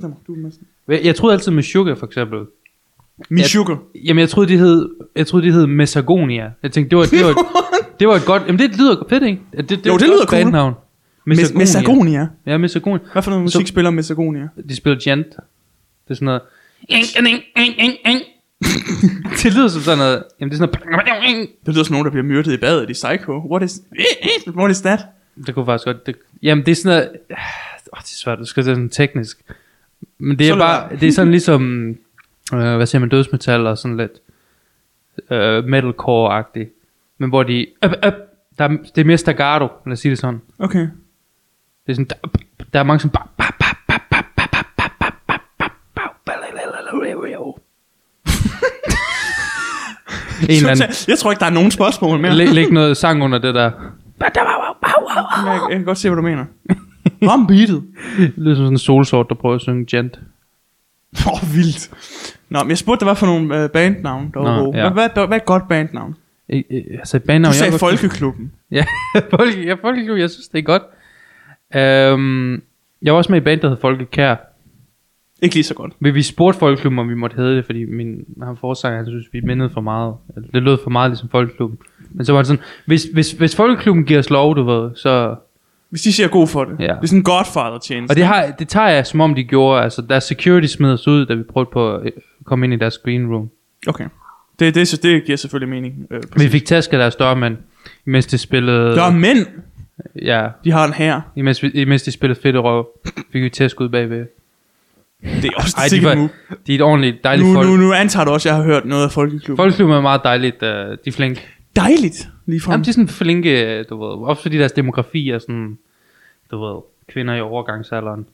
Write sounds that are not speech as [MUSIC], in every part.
Hvem har du med sådan? Hvad- Jeg troede altid med sugar for eksempel. Michuka. Jamen jeg troede de hed, jeg troede de hed Messagonia. Jeg tænkte det var, det var, [LAUGHS] det var et godt, jamen det lyder fedt ikke? Ja, Det, det, Jo, er et det godt lyder cool. bandnavn. Mes- Messagonia. Ja, Messagonia. Hvad for noget musik spiller Messagonia? De spiller Jant. Det er sådan [LAUGHS] noget. det lyder som sådan noget. Jamen det er sådan noget. Det lyder som nogen, der bliver myrdet i badet i Psycho. What is, what is that? Det kunne faktisk godt. Det, jamen det er sådan noget. [SIGHS] Åh, det er svært. Du skal det sådan teknisk. Men det Så er lad bare. være. Det er sådan ligesom. [LAUGHS] Øh, hvad siger man? Dødsmetal og sådan lidt. Øh, metalcore-agtigt. Men hvor de. Op, op, der er, det er mere staccato. Lad os sige det sådan. Okay. Det er sådan, der, der er mange som bare... [LAUGHS] en eller anden, Jeg tror ikke, der er nogen spørgsmål mere. læg, læg noget sang under det der. Jeg, jeg kan godt se, hvad du [LAUGHS] mener. Ram beatet. Det lyder som sådan en solsort, der prøver at synge gent. Åh, oh, vildt. Nå, men jeg spurgte dig, hvad for nogle øh, bandnavn, der var Nå, gode. ja. Hvad, hvad, hvad, hvad er et godt bandnavn? Øh, øh, Altså, baner, Du sagde Folkeklubben. [LAUGHS] Ja, folke, ja, folkeklub, jeg synes, det er godt. Øhm, jeg var også med i band, der hed Folkekær. Ikke lige så godt. Vi, vi spurgte folkeklubben, om vi måtte hedde det, fordi min, han forsanger, han synes, vi mindede for meget. Eller Det lød for meget ligesom folkeklubben. Men så var det sådan, hvis, hvis, hvis folkeklubben giver os lov, du ved, så... Hvis de siger god for det. Ja. Det er sådan en Godfather-tjeneste. Og det, har, det tager jeg, som om de gjorde. Altså, deres security smed os ud, da vi prøvede på at øh, komme ind i deres green room. Okay. Det, det, det, det giver selvfølgelig mening. Øh, Vi fik tæsk af deres dørmænd, imens de spillede... der er mænd, Ja, de har en her. imens, vi- imens de spillede fedt røv, fik vi tæsk ud bagved. Det er også Ej, det de, var, nu. de er et ordentligt dejligt Nu, folk. nu, nu antager du også, at jeg har hørt noget af Folkeklubben. Folkeklubben er meget dejligt, øh, de er flinke. Dejligt, lige frem. Jamen, de er sådan flinke, øh, du ved. Også fordi deres demografi er sådan, du ved, kvinder i overgangsalderen.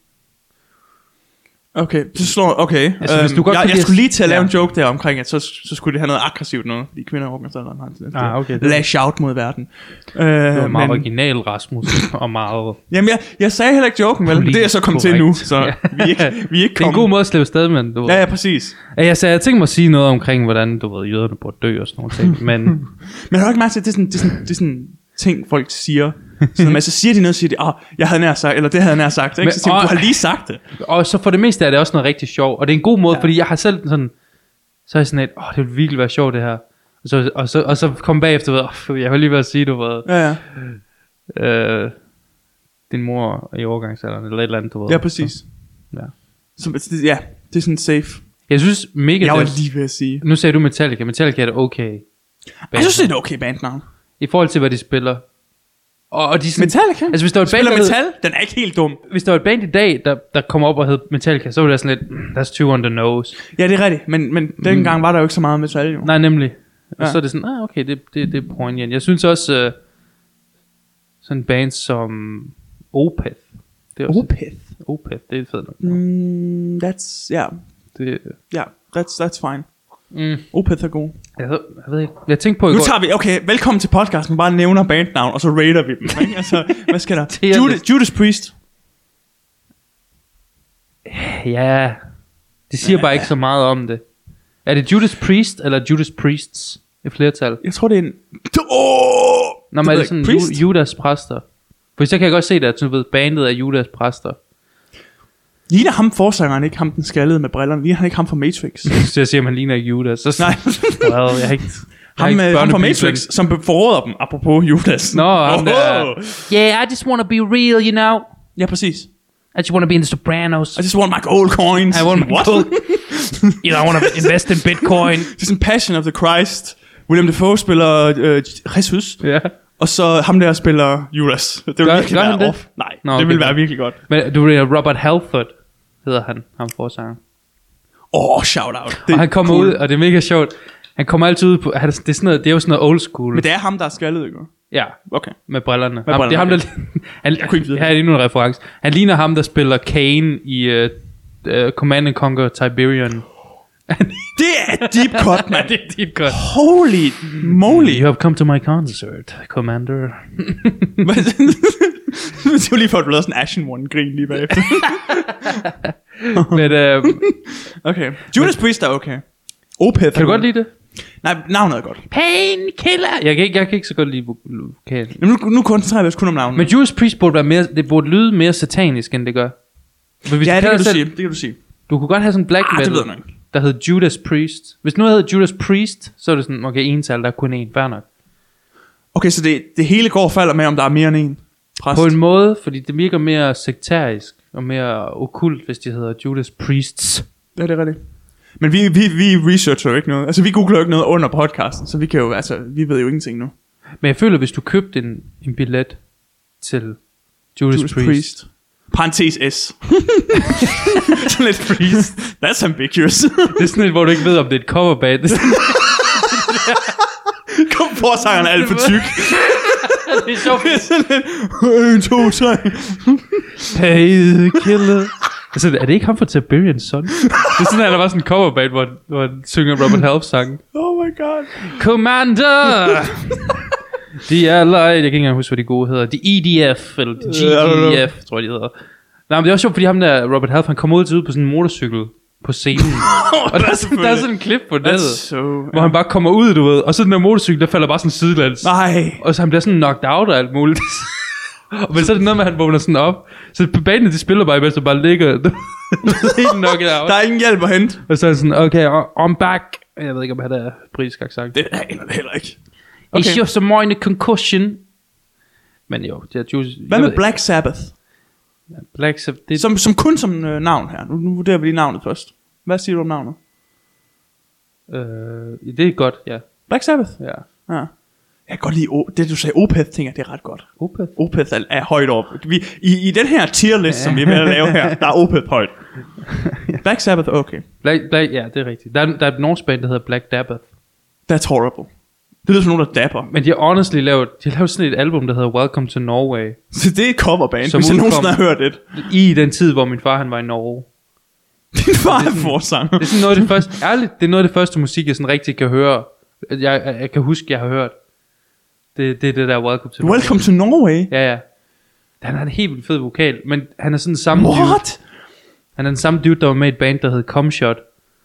Okay, så slår... Okay. Altså, hvis Øhm, du godt jeg, kan jeg lide- skulle lige til at lave Ja. en joke der omkring, at så, så skulle det have noget aggressivt noget, fordi kvinder overgår sådan noget. har en tendens til Ah, okay, at det- Lash out mod verden. Øh, Det var meget men, men... original, Rasmus, [LAUGHS] og meget... jamen, jeg, jeg sagde heller ikke joken, vel? men Det er jeg så kommet til nu, Politisk så korrekt. vi er ikke, vi er ikke [LAUGHS] Det er en kommet. god måde at slippe afsted, men du ved. Ja, ja, præcis. Ja, Jeg sagde, jeg tænkte mig at sige noget omkring, hvordan du ved, jøderne burde dø og sådan nogle ting, [LAUGHS] men Men har du ikke mærke til, at det er sådan, det er sådan, det er sådan ting, folk [LAUGHS] siger? Sådan, men så siger de noget, så siger de, åh, oh, jeg havde nær sagt, eller det havde jeg nær sagt. Ikke? Men- Så tænker, du åh. har lige sagt det. og så for det meste er det også noget rigtig sjovt, og det er en god måde, ja. fordi jeg har selv sådan, så er jeg sådan et, åh, oh, det ville virkelig være sjovt det her, og så, og så, og så kom bagefter, ved, oh, jeg var lige ved at sige, du ved, Ja, ja. øh, din mor er i overgangsalderen, eller et eller andet, du ved. Ja, præcis. Ja. Så, altså, det- ja, det er sådan safe. Jeg synes mega, Jeg det, var lige ved at sige. nu sagde du Metallica, Metallica er det okay. Jeg synes, det er et okay bandnavn. I forhold til, hvad de spiller. Og, og de er sådan, Metallica? Altså, hvis der var et band, Spiller der hed- metal? Den er ikke helt dum. hvis der var et band i dag, der, der kom op og hed Metallica, så ville jeg sådan lidt, "Mm, that's two on the nose. Ja, det er rigtigt, men, men dengang var der jo ikke så meget metal, jo. Mm. Nej, nemlig. Og Ja. så er det sådan, ah, okay, det, det, det er pointien. Jeg synes også, øh, sådan bands som Opeth. Det er også, Opeth. Opeth, det er et fedt. nok. Mm, that's, ja, yeah. Det, ja, yeah, that's, that's fine. mm, Opeth er god. jeg, ved, jeg ved ikke, jeg tænkte på i Nu går, tager vi, okay, velkommen til podcasten, bare nævner bandnavn, og så raider vi dem. [LAUGHS] Ikke? Altså, hvad skal der? er Judas, Judas Priest. ja, det siger bare ikke så meget om det. Er det Judas Priest, eller Judas Priests i flertal? Jeg tror, det er en... Oh! Nå, men er det sådan Ju- Judas præster? For så kan jeg godt se det, at du ved, bandet er Judas præster. Ligner ham forsangeren ikke ham, den skaldede med brillerne? Ligner han ikke ham fra Matrix? Så jeg siger, at man ligner ikke Judas. Så Nej. Well, jeg har ikke... jeg har ham, ikke øh, ham fra børnebiblen. Matrix, som be- forråder dem, apropos Judas. Nå, ham der. Åh. Yeah, I just want to be real, you know. Ja, præcis. I just want to be in the Sopranos. I just want my gold coins. I want my What? gold- You know, I want to invest in Bitcoin. Det er sådan Passion of the Christ. William Dafoe spiller øh, Jesus, [LAUGHS] ja. og så ham der spiller Judas. Det ville Gør- virkelig gør være han det? off. Nej, Nå, Nå, det okay. ville være virkelig godt. Men du ved, Robert Halford hedder han, ham forsanger. Åh, oh, shout out. Og han kommer ud, og det er mega sjovt. Han kommer altid ud på... Han, det, er sådan noget, det er jo sådan noget old school. Men det er ham, der er skaldet, ikke? ja, Okay. med brillerne. Med brillerne, ham, det er ham, der... [LAUGHS] han, Jeg kunne ikke vide her er endnu en reference. Han ligner ham, der spiller Kane i uh, uh, Command and Conquer Tiberian. Det er deep [LAUGHS] cut, [LAUGHS] Ja, mand. det er deep cut. Holy moly. [LAUGHS] You have come to my concert, Commander. Men- det var lige for, at du lavede sådan en Ashen One-grin lige bagefter. Men øh, Okay. Judas Priest er okay. Opeth. kan du godt lide det? Nej, navnet er godt. Painkiller! Jeg kan ikke, jeg kan ikke så godt lide vo- vokalen. Jamen, nu, nu koncentrerer vi os kun om navnet. Men Judas Priest burde, være mere, det burde lyde mere satanisk, end det gør. Men hvis ja, du det kalder kan, du dig sige, selv, det kan du sige. du kunne godt have sådan en black Ah, det metal, ved jeg nok. ikke. der hed Judas Priest. Hvis noget hedder Judas Priest, så er det sådan, okay, ental, der er kun en, fair nok. Okay, så det, det hele går og falder med, om der er mere end en præst. På en måde, fordi det virker mere sekterisk og mere okult, hvis de hedder Judas Priests. Ja, det er rigtigt. Men vi, vi, vi researcher jo ikke noget. Altså, vi googler jo ikke noget under podcasten, så vi kan jo, altså, vi ved jo ingenting nu. Men jeg føler, hvis du købte en, en billet til Judas, Judas Priest, Priest, Parenthes S. [LAUGHS] Sådan lidt priest. That's ambiguous. [LAUGHS] det er sådan et, hvor du ikke ved, om det er et coverband. [LAUGHS] Det er sådan- Kom på, sejren er alt for tyk. det er sjovt. Sådan lidt, [LAUGHS] en, to, tre. Painkiller. [LAUGHS] Altså, er det ikke ham fra Tiberian Sun? Det er sådan, at der var sådan en coverband, hvor, hvor han synger Robert Help sang. Oh my god. Commander! [LAUGHS] de er allied. Jeg kan ikke engang huske, hvad de gode hedder. De EDF, eller de Ja, GDF, tror jeg, de hedder. Nej, men det er også sjovt, fordi ham der, Robert Half, han kom ud til ud på sådan en motorcykel på [LAUGHS] scenen. og der, er sådan, der er sådan en klip på det, That's so... hvor han bare kommer ud, du ved. Og så den der motorcykel, der falder bare sådan sidelands. Nej. Og så han bliver sådan knocked out og alt muligt. [LAUGHS] Men så er det noget med, at han vågner sådan op. Så på banen, de spiller bare, imens han bare ligger [LAUGHS] helt knocked out. Der er ingen hjælp at hente. Og så er han sådan, okay, I'm back. Jeg ved ikke, om han er britisk accent. Det er eller det heller ikke. Okay. Okay. It's just a minor concussion. Men jo, det er Juice. Hvad med Black Sabbath? Black Sabbath? Det, Som, som kun som øh, navn her. Nu, nu vurderer vi lige navnet først. Hvad siger du om navnet? øh, det er godt, ja. Black Sabbath? ja. Ja. Jeg kan godt lide o- det, du sagde. Opeth, tænker jeg, det er ret godt. [LAUGHS] Opeth. Opeth er, er højt op. Vi, i, I den her tier list, som vi er ved at lave her, der er Opeth højt. Black Sabbath, okay. Black, Black, ja, det er rigtigt. Der er, der er et norsk band, der hedder Black Dabbath. That's horrible. Det lyder som nogen, der dapper. Men de har honestly lavet, de har lavet sådan et album, der hedder Welcome to Norway. Så det er et coverband, Som hvis jeg udkom- nogensinde har hørt det. [LAUGHS] I den tid, hvor min far han var i Norge. Din far er forsanger. Det er sådan noget af det første, ærligt, det er noget af det første musik, jeg sådan rigtig kan høre. Jeg, jeg, jeg kan huske, jeg har hørt. Det, det er det der Welcome to Norway. Welcome to Norway. Ja, ja. Han har en helt vildt fed vokal, men han er sådan samme dude. What? Han er den samme dude, der var med i et band, der hed Comshot.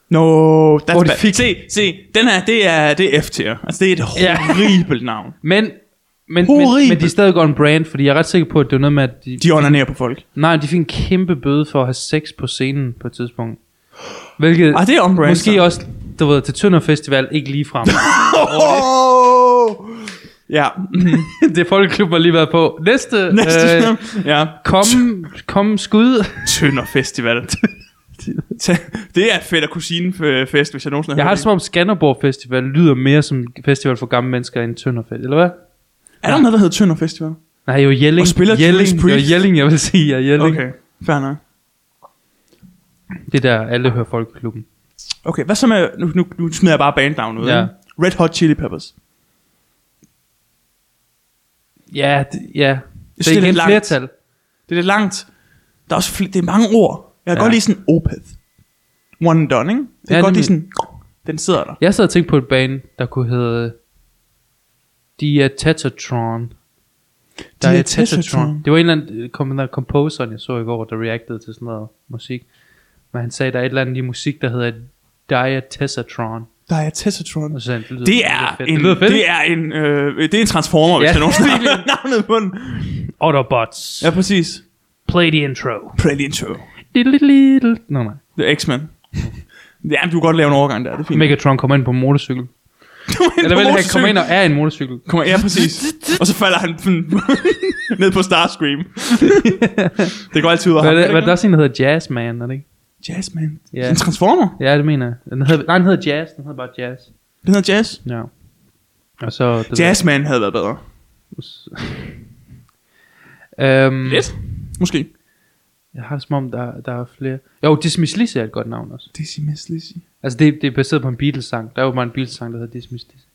No, that's Hvor de bad. fik- Se, se, den her, det er, det er F-tier. Altså, det er et Ja. horribelt navn. Men, men, men, Horribelt. men de er stadig on brand, fordi jeg er ret sikker på, at det var noget med, at de, De onanerer på folk. nej, de fik en kæmpe bøde for at have sex på scenen på et tidspunkt. Hvilket Ah, det er on brand, måske så. også, du ved, til Tønder Festival, ikke lige [LAUGHS] frem. Oh! Ja. [LAUGHS] det er folkeklubben har lige været på. Næste, Næste. Øh, ja. kom, kom skud. Tønder Festival. [LAUGHS] det er et fedt og kusinefest, hvis jeg nogensinde Jeg har hørt det som om Skanderborg Festival lyder mere som en festival for gamle mennesker end Tønder Festival, eller hvad? Er der noget, der hedder Tønder Festival? Nej, jo Jelling. Og spiller Jelling, Judas jo Priest. Jelling, jeg vil sige. Ja, Jelling. Okay. Okay, fair nok. Det der, alle hører folkeklubben. Okay, hvad så med... Nu, nu, nu smider jeg bare bandnavn ud. Ja. ikke? Red Hot Chili Peppers. Ja, det, ja. Det er det er igen lidt langt. flertal. Det er lidt langt. Der er også fl- det er mange ord. Jeg kan Ja. godt lide sådan Opeth. One and done, ikke? Jeg kan Ja, godt lide nemlig. sådan... Den sidder der. Jeg sad og tænkte på et band, der kunne hedde Diatetatron. Diatetatron. Det var en eller anden øh, kom, der composer, jeg så i går, der reagerede til sådan noget musik. Men han sagde, der er et eller andet i musik, der hedder Diatetatron. Der er Tessatron. Og så sagde han, lyder- Det lyder er, fedt. en, det lyder fedt. det er en, øh, det er en transformer, hvis Ja. jeg [LAUGHS] nogensinde har hørt navnet på den. Autobots. Ja, præcis. Play the intro. Pretty intro. Diddle-diddle-diddle. Nå nej. Det er X-Men. Ja, men du kan godt lave en overgang der, det er fint. [LAUGHS] Megatron kommer ind på en motorcykel. Kom ind Eller på vel, han motorcykel. kommer ind og er en motorcykel. Kommer, ja, præcis. Og så falder han sådan [LAUGHS] ned på Starscream. det går altid ud af [LAUGHS] Hvad ham. er det- hvad er der også en, der hedder Jazzman, er det ikke? Jazzman. Ja. En transformer. Ja, det mener jeg. Den hedder, nej, den hedder Jazz. Den hedder bare Jazz. Den hedder Jazz. Ja. Og så... Det Jazzman havde været bedre. Mm. Øhm, Lidt. Måske. Jeg har det som om, der, der er flere... Jo, Dismiss Lizzy er et godt navn også. Decimus Lizzy. Altså, det, det er baseret på en Beatles-sang. Der er jo bare en Beatles-sang, der hedder Dismiss Lizzy.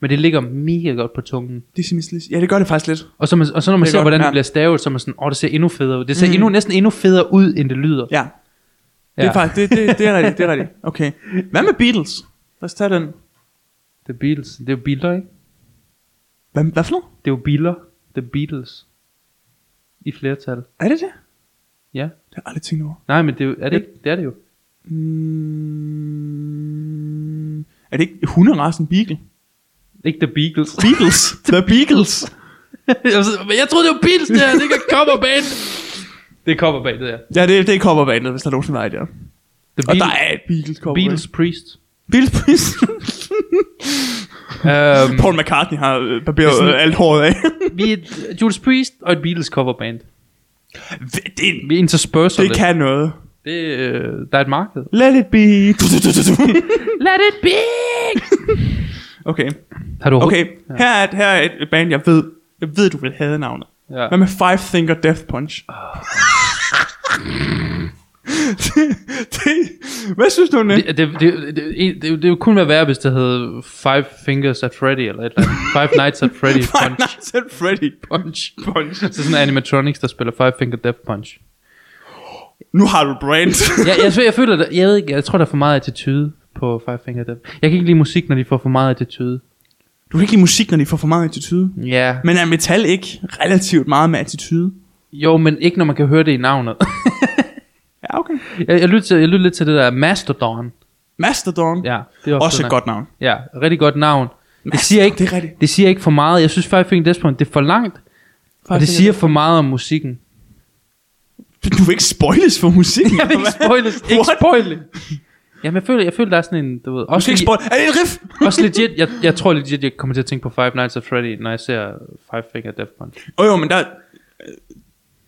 Men det ligger mega godt på tungen. Decimus Lizzy. Ja, det gør det faktisk lidt. Og så, man, og så når man Det er ser, godt, hvordan ja. Mhm. det bliver stavet, så er man sådan, åh, oh, det ser endnu federe ud. Det ser endnu, næsten endnu federe ud, end det lyder. Ja. Det er faktisk, det, det, det er rigtigt, det er [LAUGHS] rigtigt. Okay. Hvad med Beatles? Lad os tage den. [LAUGHS] The Beatles. Det er jo biler, ikke? Hvad, hvad for noget? Det er jo biler. The Beatles. I flertal. Er det det? Ja. Det har jeg aldrig tænkt over. Nej, men det er, jo- er det ikke? Det er det jo. Mm, er det ikke hunderasen Beagle? Ikke The [LAUGHS] Beatles. Beatles. The Beagles. jeg, var sådan, men jeg troede, det var Beatles, det her. Det kan komme band. Det er coverbandet, ja. Ja, det, det er coverbandet, hvis der nogensinde var et, ja. Og The der er et Beatles cover. Beatles Priest. Beatles Prince. øhm, [LAUGHS] Paul McCartney har øh, Det barberet er sådan- øh, alt håret [LAUGHS] af. vi er et Judas Priest og et Beatles coverband. det, Vi intersperser det lidt. kan noget. Det, øh, der er et marked. Let it be. Du, du, du, du, du. Let it be! [LAUGHS] Okay, Har du okay. Her er, et, her er et band, jeg ved, jeg ved, du vil have navnet. Ja. Hvad med Five Finger Death Punch? [LAUGHS] det, det, hvad synes du om det? Det, det, det, det, det, det, det, kunne være værre, hvis det hed Five Fingers at Freddy, eller et eller andet. [LAUGHS] Five Nights at [LAUGHS] Freddy Five punch. Altså- Nights at Freddy. punch. Punch. Så sådan en animatronics, der spiller Five Finger Death Punch. Nu har du brand. Jeg, jeg, jeg, jeg føler, der, jeg ved ikke, jeg tror, der er for meget attitude på Five Finger Death. Jeg kan ikke lide musik, når de får for meget attitude. Du kan ikke lide musik, når de får for meget attitude. Ja. Men er metal ikke relativt meget med attitude? Jo, men ikke når man kan høre det i navnet. [LAUGHS] Ja, okay. jeg, jeg, lytter, til- jeg lytter lidt til det der Mastodon. Mastodon. Ja, det er også, Også et sådan her. godt navn. Ja, rigtig godt navn. Det Mastodon, siger, ikke, det er rigtigt. det siger ikke for meget. Jeg synes Five Finger Death Punch, det er for langt. og det siger for meget om musikken. Du vil ikke spoiles for musikken. [LAUGHS] Jeg vil ikke eller hvad? spoil det. Ikke What? spoil det. Jamen, jeg føler, jeg føler, der er sådan en, du ved... Du skal Også, ikke spoil. Er det et riff? [LAUGHS] også legit, jeg, jeg tror legit, jeg kommer til at tænke på Five Nights at Freddy, når jeg ser Five Finger Death Punch. Åh oh, jo, men der... øh,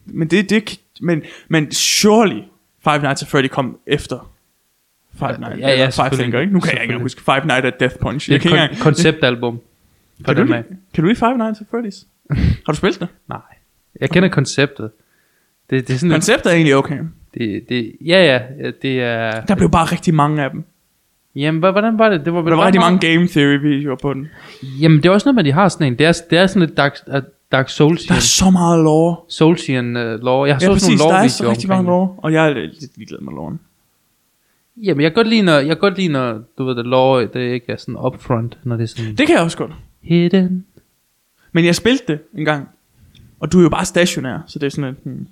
Men det, det kan- men, men surely Five Nights at Freddy kom efter Five Nights ja, ja, eller Five selvfølgelig. Finger, ikke? Nu kan jeg ikke Selvfølgelig. engang huske Five Nights at Death Punch. Det er Jeg et kan ikke kon- engang, konceptalbum. Fra kan, du dem af. lide, kan du lide Five Nights at Freddy's? Har du spillet det? Nej. Jeg kender konceptet. Det, det er sådan en, Konceptet er egentlig okay. det, det, ja, ja, ja, det er... Der blev bare rigtig mange af dem. Jamen, hva- hvordan var det? Det var, Der var rigtig mange game theory videoer på den. Jamen, det er også noget med, at de har sådan en. Det er, det er sådan lidt Dark, øh, dark Der Soulsian, er så meget lore. Soulsian uh, lore. Jeg Ja, har så sådan præcis. nogle Der lore er så rigtig mange lore. Og jeg er lidt ligeglad med loven. Jamen, jeg kan godt lide, når, jeg kan godt lide, når du ved, det lore, det ikke er sådan upfront, når det er sådan... Det kan jeg også godt. Hidden. Men jeg spillede det en gang. Og du er jo bare stationær, så det er sådan lidt... Hmm.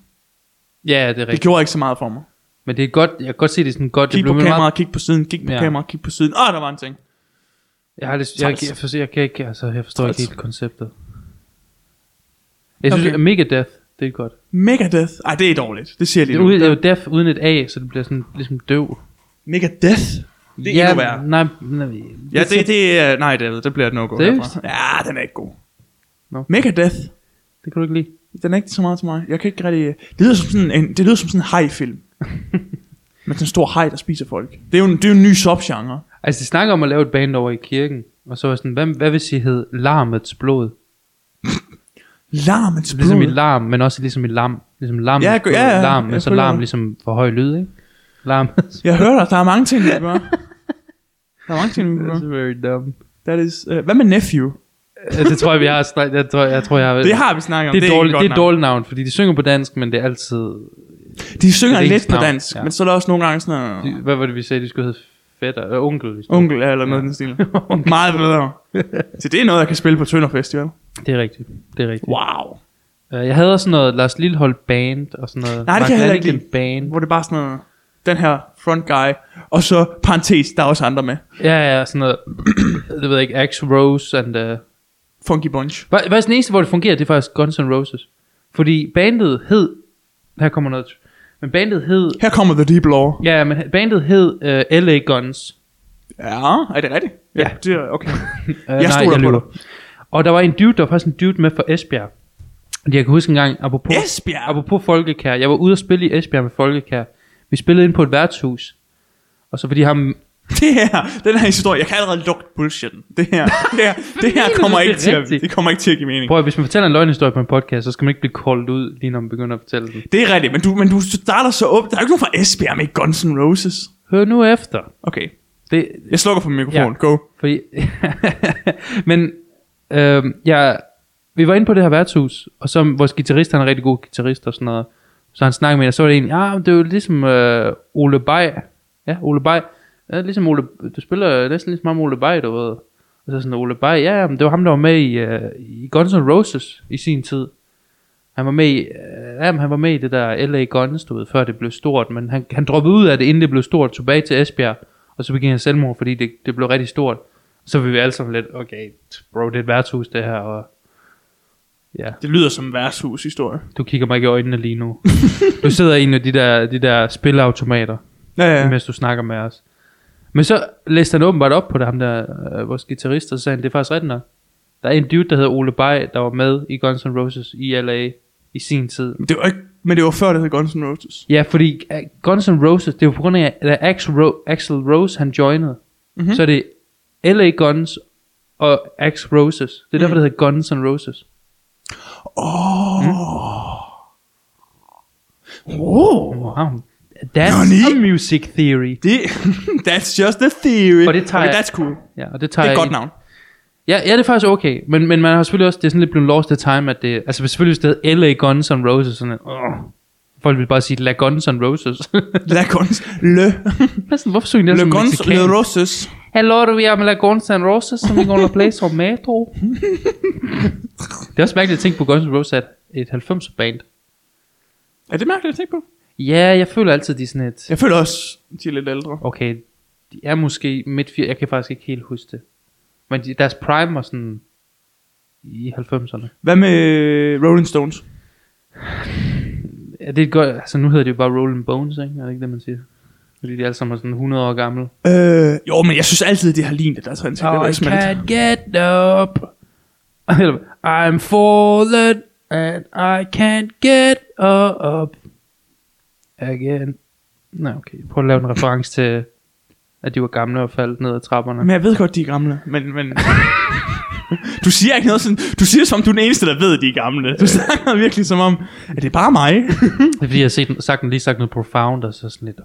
Ja, det er rigtigt. Det gjorde ikke så meget for mig. Men det er godt, jeg kan godt se, det er sådan godt. Kig det på meget- kameraet, kig på siden, kig på Ja. kameraet, kig på siden. Åh, der var en ting. Jeg har lidt, jeg, jeg, Træls. jeg, forstår, jeg, kan ikke, altså, jeg forstår ikke Træls. helt konceptet. Jeg synes, Okay. okay. Mega Death, det er godt. Megadeth. Ej, det er dårligt. Det siger jeg Det lige er, ude, det er nu. jo Death uden et A, så det bliver sådan ligesom døv. Megadeth? Det er ja, endnu værre. Nej, nej, Ja, det, det er... Nej, David, det bliver et no-go Seriøst? herfra. Ja, den er ikke god. Nå. Megadeth. det kan du ikke lide. Den er ikke så meget til mig. Jeg kan ikke rigtig... Det lyder som sådan en, det lyder som sådan en [LAUGHS] hajfilm. Med sådan en stor haj, der spiser folk. Det er jo en, det er jo en ny subgenre. Altså, de snakker om at lave et band over i kirken, og så er jeg sådan, hvad, hvad vil I hed Larmets blod? Larmets blod. Ligesom i larm, men også ligesom i lam. Ligesom lam, Ja, jeg- ja, ja, larm, jeg men så følger larm dig. ligesom for høj lyd, ikke? [LAUGHS] Larm. Jeg hører dig, der er mange ting, vi [LAUGHS] gør. Der er mange ting, vi gør. That's very dumb. That is, uh, hvad med Nephew? Altså, Ja, det tror jeg, vi har snakket. Jeg tror, jeg, tror, jeg har... Det har vi snakket om. det er, ikke dårligt, godt det er nok. dårligt navn, fordi de synger på dansk, men det er altid... De synger Det er lidt ens på navn, dansk, ja. ja. men så er der også nogle gange sådan noget, De, hvad var det, vi sagde, de skulle hedde fætter? Øh, onkel. Hvis onkel ja, eller noget i den stil. [LAUGHS] Onkel. Meget [LAUGHS] bedre. Så det er noget, jeg kan spille på Tønder Festival. Det er rigtigt. Det er rigtigt. Wow. Øh, jeg havde også sådan noget Lars Lillehold Band og sådan noget. Nej, det kan jeg heller ikke Lillehold Band. Hvor det er bare sådan noget, den her front guy, og så parentes, der er også andre med. Ja, ja, sådan noget. [CLEARS THROAT] det ved jeg ikke. Axe Rose and... Uh, Funky Bunch. Hva- Faktisk den eneste, hvor det fungerer, det er faktisk Guns N' Roses. Fordi bandet hed... Her kommer noget... Men bandet hed... Her kommer The Deep Law. Ja, men bandet hed uh, LA Guns. Ja, er det rigtigt? Ja. det er [LAUGHS] okay. Uh, Jeg stoler på dig. Og der var en dude, der var faktisk en dude med fra Esbjerg. Jeg kan huske en gang, apropos, Esbjerg? apropos Folkekær. Jeg var ude og spille i Esbjerg med Folkekær. Vi spillede ind på et værtshus. Og så fordi ham... Det her, den her historie, jeg kan allerede lugte bullshitten. Det her, det [LAUGHS] her, det her mener kommer du, det ikke er til at, rigtigt? det kommer ikke til at give mening. Prøv at, hvis man fortæller en løgnhistorie på en podcast, så skal man ikke blive koldt ud, lige når man begynder at fortælle den. Det er rigtigt, men du, men du starter så op. Der er jo ikke nogen fra Esbjerg med Guns N' Roses. Hør nu efter. Okay, Det, jeg slukker for min mikrofon. Ja. Go. Fordi, [LAUGHS] men øh, jeg, vi var inde på det her værtshus, og så vores guitarist, han er en rigtig god guitarist og sådan noget. Så han snakkede med en, og så var det en, ja, men det er jo ligesom øh, Ole Bay. Ja, Ole Bay. Ja, ligesom Ole, du spiller næsten ligesom ham Ole Bay, du ved. Og så sådan, Ole Bay, ja, ja, men det var ham, der var med i, øh, i Guns N' Roses i sin tid. Han var med i, øh, jamen, han var med i det der LA Guns, du ved, før det blev stort, men han, han droppede ud af det, inden det blev stort, tog tilbage til Esbjerg, og så begik han selvmord, fordi det, det blev rigtig stort. Så var vi alle sammen lidt, okay, bro, det er et værtshus det her, og Ja, Det lyder som en værtshushistorie. du kigger mig ikke i øjnene lige nu. du sidder i en af de der, de der spilleautomater, Ja, ja. ja. mens du snakker med os. Men så læste han åbenbart op på det, ham der, øh, vores guitarist, og så sagde han, det er faktisk rigtigt nok. Der er en dude, der hedder Ole Bay, der var med i Guns N' Roses i LA i sin tid. Men det var, ikke, men det var før, det hed Guns N' Roses. Ja, fordi øh, Guns N' Roses, det er jo på grund af, at Axl, Ro- Axl Rose, han joinede. Mhm. Så er det LA Guns og Axl Roses. Det er derfor, Mhm. det hedder Guns N' Roses. Åh. Mm. Oh. Oh. Wow. That's Nani? a music theory. Det, [LAUGHS] that's just a theory. Og det tager okay, jeg- that's cool. Ja, og det, Det tager er et jeg godt i- navn. Ja, ja, det er faktisk okay. Men, men man har selvfølgelig også, det er sådan lidt blevet lost the time, at det, altså hvis selvfølgelig hvis det hedder LA Guns N' Roses, sådan, åh, folk vil bare sige, La Guns N' Roses. [LAUGHS] La Guns. Le. Men sådan, Hvorfor synger det Le som Guns. Le mexican? Roses. Hello, we are La Guns N' Roses, and we're [LAUGHS] gonna play some metro. det er også mærkeligt at tænke på Guns N' Roses, at et 90'er band. Er det mærkeligt at tænke på? Ja, jeg føler altid, de er sådan et, Jeg føler også, de er lidt ældre. okay, de er måske midt 80, jeg kan faktisk ikke helt huske det. Men de, deres prime var sådan i 90'erne. Hvad med Rolling Stones? Ja, det er et godt, altså nu hedder det jo bare Rolling Bones, ikke? Er det ikke det, man siger? Fordi de alle sammen er sådan 100 år gamle. Øh, jo, men jeg synes altid, de har lignet deres ansigt. Oh, det er can't get up. [LAUGHS] Eller, I'm fallen, and I can't get up again. Nå, okay. Prøv at lave en reference til, at de var gamle og faldt ned ad trapperne. men jeg ved godt, de er gamle, men... men du siger ikke noget sådan... Du siger det, som om, du er den eneste, der ved, at de er gamle. Du snakker virkelig som om, at det er bare mig. Det er fordi, jeg har set, sagt, lige sagt noget profound, og så sådan lidt... Åh,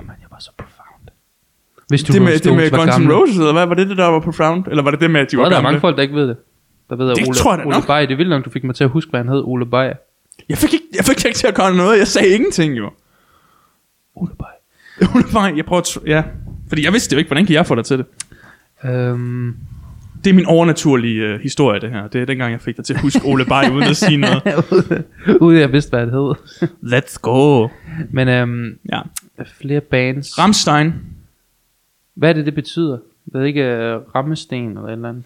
oh, man, jeg var så profound. Hvis du det Rolling med, det Stones med var Guns N' gamle- Roses, eller hvad? Var det det, der var på Frown? Eller var det det med, at de Jo, var der er gamle? mange folk, der ikke ved det. Der ved, at Det Ole, tror jeg da Ole nok. Bay, det er vildt nok, du fik mig til at huske, hvad han hed, Ole Bay. Jeg fik, ikke, jeg fik ikke til at gøre noget. Jeg sagde ingenting, [LAUGHS] jo. Ole Bay. Hun er bare, jeg prøver at... tr- Ja. Fordi jeg vidste det jo ikke. Hvordan kan jeg få dig til det? Øhm, Det er min overnaturlige øh, historie, det her. Det er dengang, jeg fik dig til at [LAUGHS] huske Ole Bay, uden at sige noget. uden jeg vidste, hvad det hed. Let's go. Men øhm, Ja. flere bands. Ramstein. Hvad er det, det betyder? Jeg ved ikke, øh, rammesten eller et eller andet.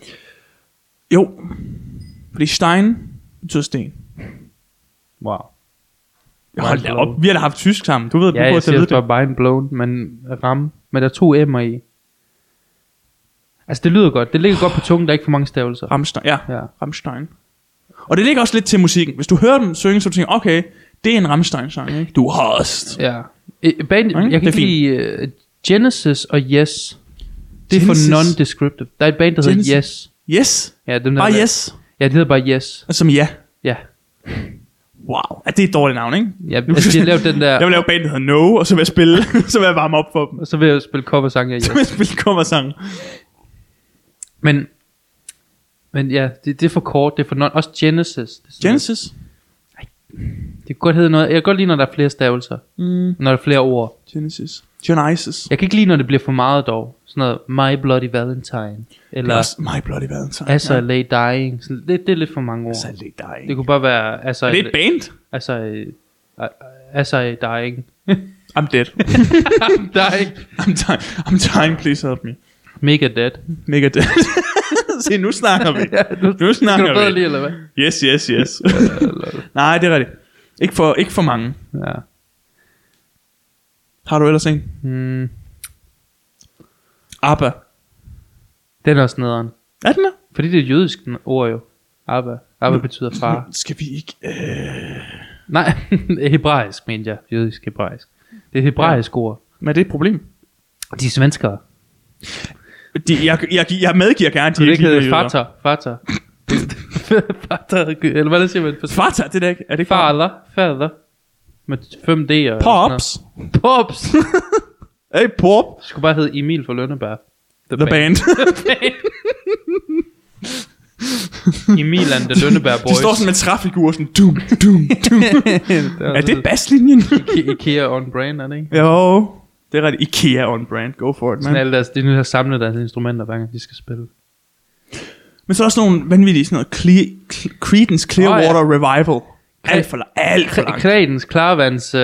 Jo. Fordi Stein betyder sten. Wow. Jeg Hold da op. Vi har da haft tysk sammen. Du ved, du Ja, burde jeg da vide siger det. bare mind blown, men ramme. Men der er to M'er i. Altså, det lyder godt. Det ligger godt på tungen, der er ikke for mange stavelser. Ramstein. Ja. Ja. Ramstein. Og det ligger også lidt til musikken. Hvis du hører dem synge, så tænker du, okay, det er en Ramstein-sang, ikke? Du har også. Ja. Øh, Band, Okay, jeg kan det er ikke lide øh, Genesis og Yes. Det er for Genesis? non-descriptive. Der er et band, der hedder Genesis? Yes. Yes. Ja, dem der Bare der- yes. Ja, det hedder bare Yes. Og Som ja. Ja. Wow. Er det et dårligt navn, ikke? ja altså, de har lavet den Jeg der, vil lave band, der hedder No, og så vil jeg spille, [LAUGHS] så vil jeg varme op for dem. [LAUGHS] og så vil jeg spille cover-sang af Så Yes. vil jeg spille kummersange. Men, men ja, det, det er for kort, det er for non, også Genesis. Det er sådan- Genesis. Det kan godt hedde noget, jeg kan godt lide, når der er flere stavelser, Mm. når der er flere ord. Genesis. Genesis. Jeg kan ikke lide, når det bliver for meget dog. Sådan noget, My Bloody Valentine, Det er eller også My Bloody Valentine. As I Lay Dying. Sådan, det, det er lidt for mange Altså, ord. det er dig. Det kunne bare være As I, Er det et band? as I, as I Dying. [LAUGHS] I'm dead. [LAUGHS] dying. I'm dying. I'm dying. Please help me. Mega dead. Mega dead. [LAUGHS] Se, nu snakker vi. Nu Kan du snakker bedre vi. lide, eller hvad? Yes, yes, yes. [LAUGHS] Nej, det er rigtigt. Ikke for, ikke for mange. Ja. Har du ellers en? Hmm. ABBA. Den er også nederen. Er den der? Fordi det er et jødisk ord jo. Abba. Mm. Abba betyder far. Skal vi ikke... Øh... Nej, [LAUGHS] hebraisk, mente jeg. Jødisk hebraisk. Det er et hebraisk ja. ord. Men er det et problem? De er svenskere. De, jeg, jeg, jeg medgiver gerne, at de Det er ikke ikke ligner hedder jøder. fatter. [LAUGHS] Fatter. fatter. Eller hvad det siger man? på svensk? Fata, det er det ikke. Er det ikke Farler. Fader. Med 5 D'er. Pops. Pops. Hey, pop. Det skulle bare hedde Emil fra Lønneberg. [LAUGHS] The, The band. Emil and [LAUGHS] the Lønneberg de Boys. står sådan med træfigurer, sådan dum, dum, [LAUGHS] dum. er det basslinjen? Ike- Ikea on brand, er det ikke? jo. Det er rigtigt. Ikea on brand. Go for it, man. Sådan alle deres, de er nødt til at samle deres instrumenter, hver gang de skal spille. Men så er der også nogle vanvittige, sådan noget Cle- Cle- Creedence Clearwater oh, ja. Revival. Alt for, la- alt for langt. Kredens Klarvands øh,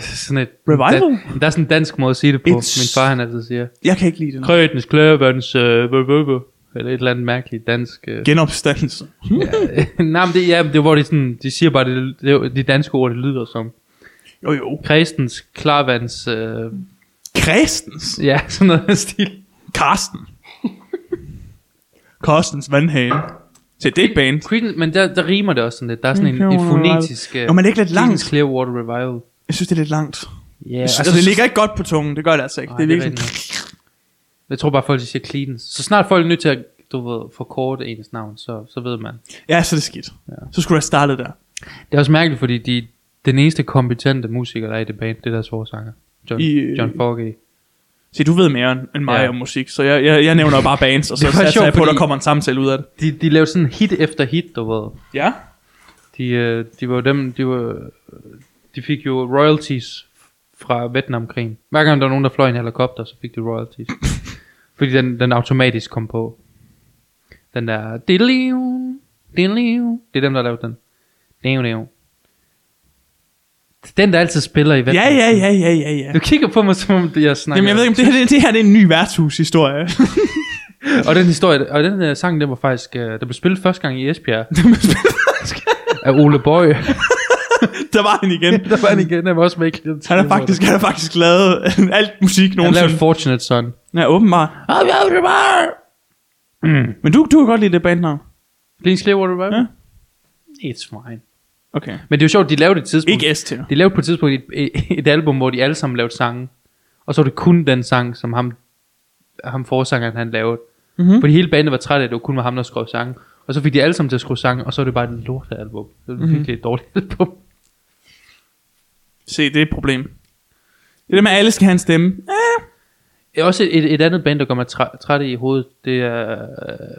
sådan et, Revival? Da, der er sådan en dansk måde at sige det på It's- Min far han altid siger Jeg kan ikke lide det. Kredens Klarvands øh, bøh, bøh, bøh. Eller et eller andet mærkeligt dansk... Øh, Genopstandelse. ja, [LAUGHS] nej, men det, ja, det er, hvor de, sådan, de siger bare, det, det, de danske ord, det lyder som. Jo, jo. Kristens, klarvands... Øh, Kristens. ja, [LAUGHS] sådan noget af stil. Karsten. Karstens vandhane. Se, det er et band. Creedence, men der, der rimer det også sådan lidt. Der er sådan en, en fonetisk... Nå, men det er ikke lidt langt. Creedence Clearwater Revival. Jeg synes, det er lidt langt. Ja, Ja, altså, det ligger ikke godt på tungen. Det gør det altså ikke. Nej, det er det er virkelig sådan, Jeg tror bare, folk de siger Creedence. Så snart folk er nødt til at du ved, forkorte ens navn, så, så ved man. ja, så er det skidt. Ja. Så skulle du have startet der. Det er også mærkeligt, fordi de, den eneste kompetente musiker, der er i det band, det er deres forsanger. John, I, øh, John E. Forgay. Se, du ved mere end- end mig Ja. om musik, så jeg, jeg, jeg nævner bare bands, og så Det var satser sjovt, jeg på, at der fordi- kommer en samtale ud af det. De, de lavede sådan hit efter hit, du ved. Ja. De, øh, de var jo dem, de, var, de fik jo royalties fra Vietnamkrigen. Hver gang der var nogen, der fløj en helikopter, så fik de [LAUGHS] royalties. Fordi den, den automatisk kom på. Den der... diddeliu, diddeliu. Det er dem, der lavede den. Diddeliu. Det er Den, der altid spiller i Vietnam. Ja, ja, ja, ja, ja, ja. Du kigger på mig, som om det, jeg snakker. Jamen, jeg ved ikke, om det, her- det, det her det er en ny [LAUGHS] værtshushistorie. Og den historie, og den uh, sang, den var faktisk, uh, den blev spillet første gang i Esbjerg. Den blev spillet af Ole Boy. der var han igen. [LAUGHS] der var han igen, han var også med i Clearance Han har Clearwater. faktisk, han har faktisk lavet alt musik Han lavede nogensinde. Fortunate Son. Ja, åbenbart. Mm. Men du, du kan godt lide det bandnavn. Clean Clearwater Revival? Ja. It's fine. Okay. Men det er jo sjovt, de lavede et tidspunkt. Ikke S til. De lavede på et tidspunkt et, et album, hvor de alle sammen lavede sange. Og så var det kun den sang, som ham, ham forsangeren han lavede. Mhm. Fordi hele bandet var træt af, at det var kun var ham, der skrev sange. Og så fik de alle sammen til at skrive sange, og så var det bare et lortet album. Det var mm-hmm. Mhm. virkelig et dårligt [LAUGHS] album. Se, det er et problem. Det er det med, at alle skal have en stemme. Eh. Også et, et andet band, der gør mig træ, træt i hovedet, det er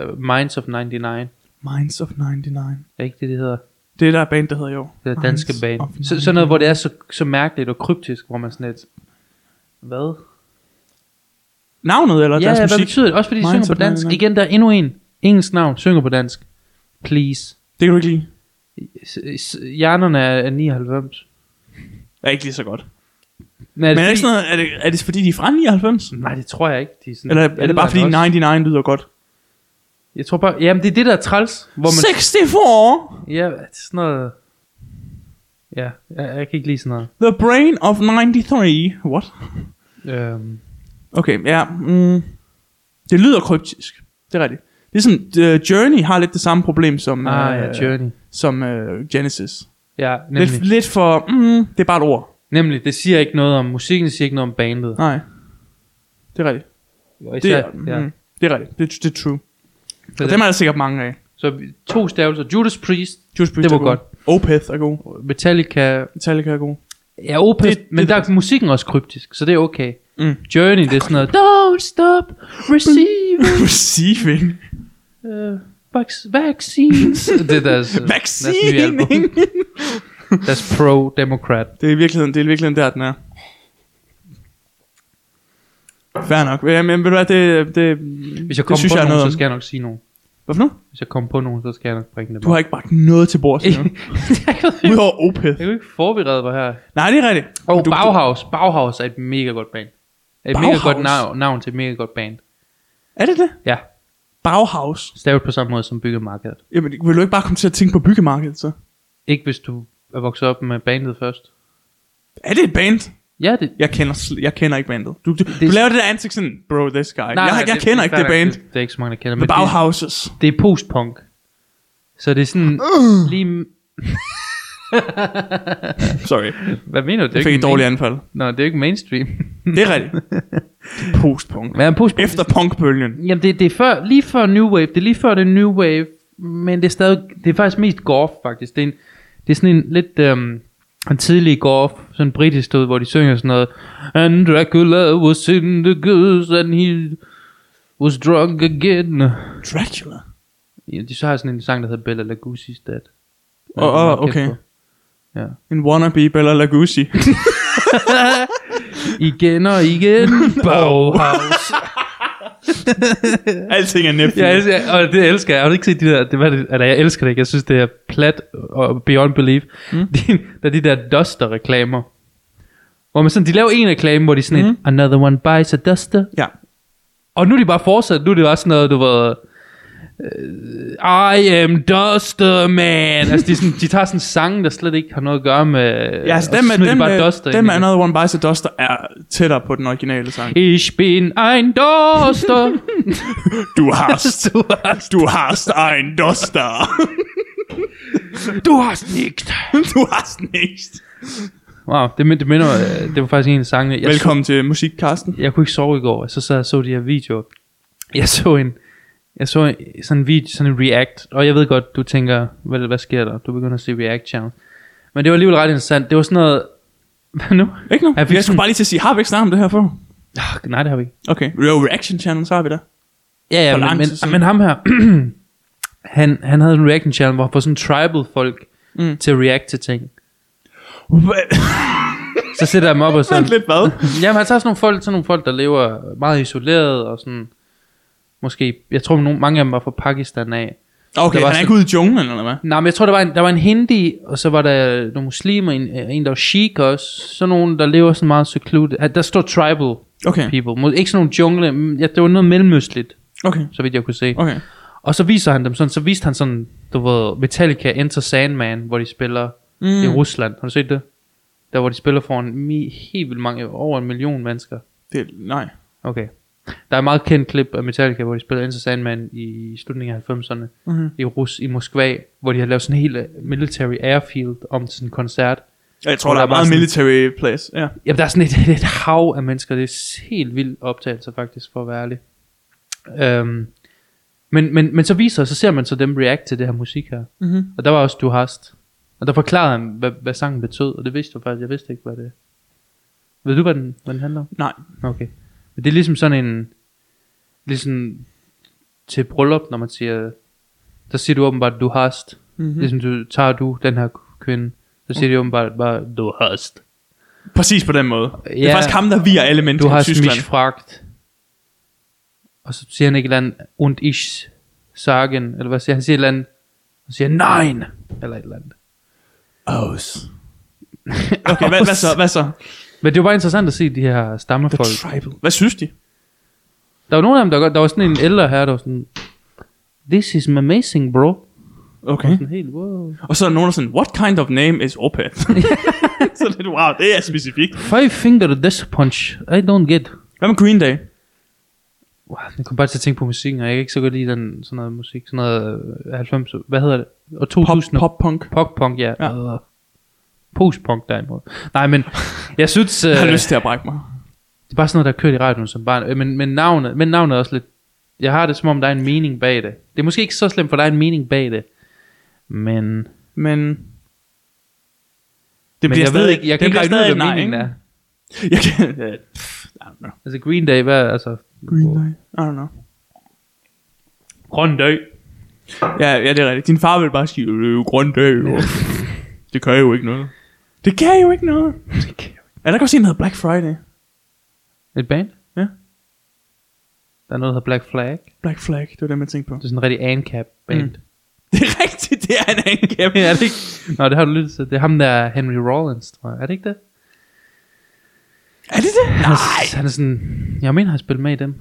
uh, Minds of 99. Minds of 99. Er ikke det, det hedder? Det er der et band, der hedder jo. Det er danske Minds band. of Så, sådan noget, hvor det er så, så mærkeligt og kryptisk, hvor man sådan lidt... Hvad? Navnet eller Ja, deres ja, hvad musik? betyder det? Også fordi de Minds synger på of dansk. 99. Igen, der er endnu en. Engelsk navn, synger på dansk. Please. Det kan du ikke lide. S- s- Hjernerne er er 99. Det er ikke lige så godt. Nej, Men er det, ikke sådan noget, er det, er det fordi, de er fra 99? Nej, det tror jeg ikke. De er sådan Eller er det ældre bare end fordi os. 99 lyder godt? Jeg tror bare... Jamen, det er det, der er træls. Hvor man, 64! ja, det er sådan noget... Ja, jeg, jeg kan ikke lide sådan noget. The brain of 93. What? Øhm, Okay, ja. Mm, det lyder kryptisk. Det er rigtigt. Ligesom uh, Journey har lidt det samme problem som, ah, ja, øh, Journey. som uh, Genesis. Ja, nemlig. Lidt, lidt for... Mm, det er bare et ord. nemlig. Det siger ikke noget om musikken, det siger ikke noget om bandet. Nej. Det er rigtigt. Og Det, især- er, mm, ja. det er rigtigt. Det, det er true. Så, Og det, dem er der sikkert mange af. så vi- to stavelser. Judas Priest, Juice Priest Det var er god. Opeth er god. Metallica. Metallica er god. Ja, Opeth, Det- men det- der er musikken også kryptisk, så det er okay. Mm. Journey, det er sådan noget. Don't stop receiving Receiving. uh, vac- vaccines. [LAUGHS] det er deres, øh, deres nye album. Vaccine. Deres pro-democrat. Det er i virkeligheden, det er i virkeligheden der, den er. Fair nok. Jamen, men ved du hvad, det, det, Hvis jeg det kommer synes på jeg er nogen, noget så om. skal jeg nok sige nogen. Hvad for nu? Hvis jeg kommer på nogen, så skal jeg nok bringe dem Du har ikke bragt noget til bordet [LAUGHS] endnu. jeg Udover Opeth. kan jo ikke forberede mig her. Nej, det er rigtigt. Og du, du, Bauhaus. Bauhaus er et mega godt band. Et mega Bauhaus? godt navn, navn til et mega godt band. er det det? Ja, Bauhaus. stavet på samme måde som byggemarkedet. Jamen, vil du ikke bare komme til at tænke på byggemarkedet, så? Ikke hvis du er vokset op med bandet først. Er det et band? Ja, det, Jeg kender, sl- jeg kender ikke bandet. Du, du, du laver det der ansigt sådan, bro, this guy. Nej, jeg, jeg er kender ikke det fair band. nok. Det, det er ikke så mange, der kender. The Men det, Bauhauses. det er postpunk. Så det er sådan Øh. lige... Sorry, Hvad mener du? jeg Det er jo fik ikke et dårligt main- anfald. Nå, det er jo ikke mainstream. [LAUGHS] Det er rigtigt. Postpunk. Men postpunk... Efter punkbølgen. Jamen, det, det er før, lige før New Wave. Det er lige før det er New Wave. Men det er stadig... Det er faktisk mest golf, faktisk. Det er, en, det er sådan en lidt... Øhm, en tidlig golf, sådan en britisk stod, hvor de synger sådan noget, And Dracula was in the goose, and he was drunk again. Dracula. Ja, de så har sådan en sang, der hedder Bella Lugosi's Dad. Åh, åh, okay. Ja. En wannabe Bella Lugosi. [LAUGHS] Igen og [LAUGHS] igen, Bauhaus. Alting er nemt. jeg elsker, og det elsker jeg. Har du ikke set de der, det var det, eller jeg elsker det ikke, jeg synes det er plat og beyond belief. Mm. [LAUGHS] De, der er de der Duster-reklamer. Hvor man sådan, de laver en reklame, hvor de sådan mm. et, another one buys a Duster. Ja. Og nu er de bare fortsat, nu er det bare sådan noget, du ved, "Øh, I am Duster Man. altså, de, er sådan, de tager sådan sange, der slet ikke har noget at gøre med... Ja, altså og dem, så smider med, de dem, bare med, Duster dem ind med i det. Another One Bites the Duster er tættere på den originale sang. Ich bin ein Duster. [LAUGHS] Du [LAUGHS] hast, du hast, du hast ein Duster. [LAUGHS] du hast nicht. du hast nicht. Wow, det, mind- det minder mig, øh, det var faktisk en af sangene. Jeg, Velkommen til Musikkarsten. jeg kunne ikke sove i går, så sad jeg og så de her videoer. Jeg så en, jeg så en, sådan en video, sådan en react, og jeg ved godt, du tænker, hvad, hvad sker der? Du begynder at se react channel. Men det var alligevel ret interessant. Det var sådan noget, [LAUGHS] hvad nu? Ikke nu? Jeg, Jeg fik jeg skulle sådan- bare lige til at sige, har vi ikke snakket om det her før? Oh, nej, det har vi ikke. Okay, Real Reaction Channel, så har vi [LAUGHS] det. Ja, ja, For men, lang men, tid siden. men ham her, [CLEARS THROAT] han, han havde en reaction channel, hvor han får sådan tribal folk mm. Mm. til at react til ting. Vent Så sætter jeg dem op [LAUGHS] og sådan, lidt, hvad? Jamen, han tager sådan nogle folk, sådan nogle folk, der lever meget isoleret og sådan... Måske, jeg tror nogle, mange af dem var fra Pakistan af. Okay, var han er ikke ude i junglen, eller hvad? Nej, men jeg tror, der var en, der var en hindi, og så var der nogle muslimer, en, en der var sheik også. Sådan nogle, der lever sådan meget secluded. Ah, Der står tribal Okay, people. Må- Ikke sådan nogle jungle, men ja, det var noget mellemøstligt, okay, så vidt jeg kunne se. okay. Og så viser han dem sådan, så viste han sådan, du ved, Metallica Enter Sandman, hvor de spiller mm. i Rusland. Har du set det? Der, hvor de spiller foran mi- helt vildt mange, over en million mennesker. Det, nej. Okay. Der er et meget kendt klip af Metallica, hvor de spiller Enter Sandman i slutningen af 90'erne Mhm. i Rus i Moskva, hvor de har lavet sådan en hel øh, military airfield om til sådan en koncert. Jeg Hvor tror, der der er er bare meget sådan- military place. Ja. Jamen, der er sådan et, [LAUGHS] et hav af mennesker. Det er helt vildt optagelser, faktisk, for at være ærlig. Øhm, men, men, men så viser så ser man så dem react til det her musik her. Mm-hmm. Og der var også Du Hast. Og der forklarede han, hvad, hvad sangen betød, og det vidste jeg faktisk. Jeg vidste ikke, hvad det Ved du, hvad den, hvad den handler om? Nej. Okay. Men det er ligesom sådan en... Ligesom til bryllup, når man siger... Der siger du åbenbart, du hast. Mhm. Mm-hmm. Ligesom du tager du den her kvinde. Så siger de åbenbart bare, du hast. Præcis på den måde. Ja. Det Ja. er faktisk ham, der virer alle Du mennesker i hast Tyskland. mich fragt. Og så siger han ikke et eller andet, und ich sagen, eller hvad siger han? Han siger et eller andet, og siger nein, eller et eller andet. Aus. [LAUGHS] Okay, hvad, hvad så? Hvad så? Men det var bare interessant at se de her stammefolk. The tribal. Hvad synes de? Der var nogle af dem, der, godt, der var sådan en ældre her, der var sådan, this is amazing, bro. Okay. Sådan helt, wow. Og så er der nogen, der er sådan, what kind of name is Opet? [LAUGHS] så er det, wow, det er specifikt. Five finger death punch, I don't get. Hvad med Green Day? Wow, jeg kom bare til at tænke på musikken, og jeg kan ikke så godt lide den sådan noget musik, sådan noget øh, 90, hvad hedder det? Og 2000 Pop, pop punk. pop punk, ja. Ja. ja. Post-punk derimod. Nej, men jeg synes, [LAUGHS] øh, Jeg har det lyst til at brække mig. er bare sådan noget, der kørt i radioen som barn. Øh, Men, men, navnet, men navnet er også lidt, jeg har det som om, der er en mening bag det. Det er måske ikke så slemt, for der er en mening bag det. Men Men... Det men jeg ved ikke, jeg kan det ikke bliver regne stadig ud, hvad nej, meningen ikke? er. Jeg kan... ja, pff, I don't know. Altså Green Day, hvad altså? Green Day. I don't know. Grøn Day. Ja, ja, det er rigtigt. Din far vil bare sige, det er jo grøn dag, [LAUGHS] jo. det kan jo ikke noget. Det kan jo ikke noget. [LAUGHS] Er der godt se noget Black Friday? Et band? Ja. Der er noget, der hedder Black Flag. Black Flag, det var det, man tænkte på. Det er sådan en rigtig ANCAP band. Mm. [LAUGHS] Det er rigtigt, det er en angab. er det ikke? [LAUGHS] Nå, det har du lyttet til. Det er ham der, er Henry Rollins, tror jeg. Er det ikke det? Er det det? Han er, han er sådan, jeg mener, han har spillet med i dem.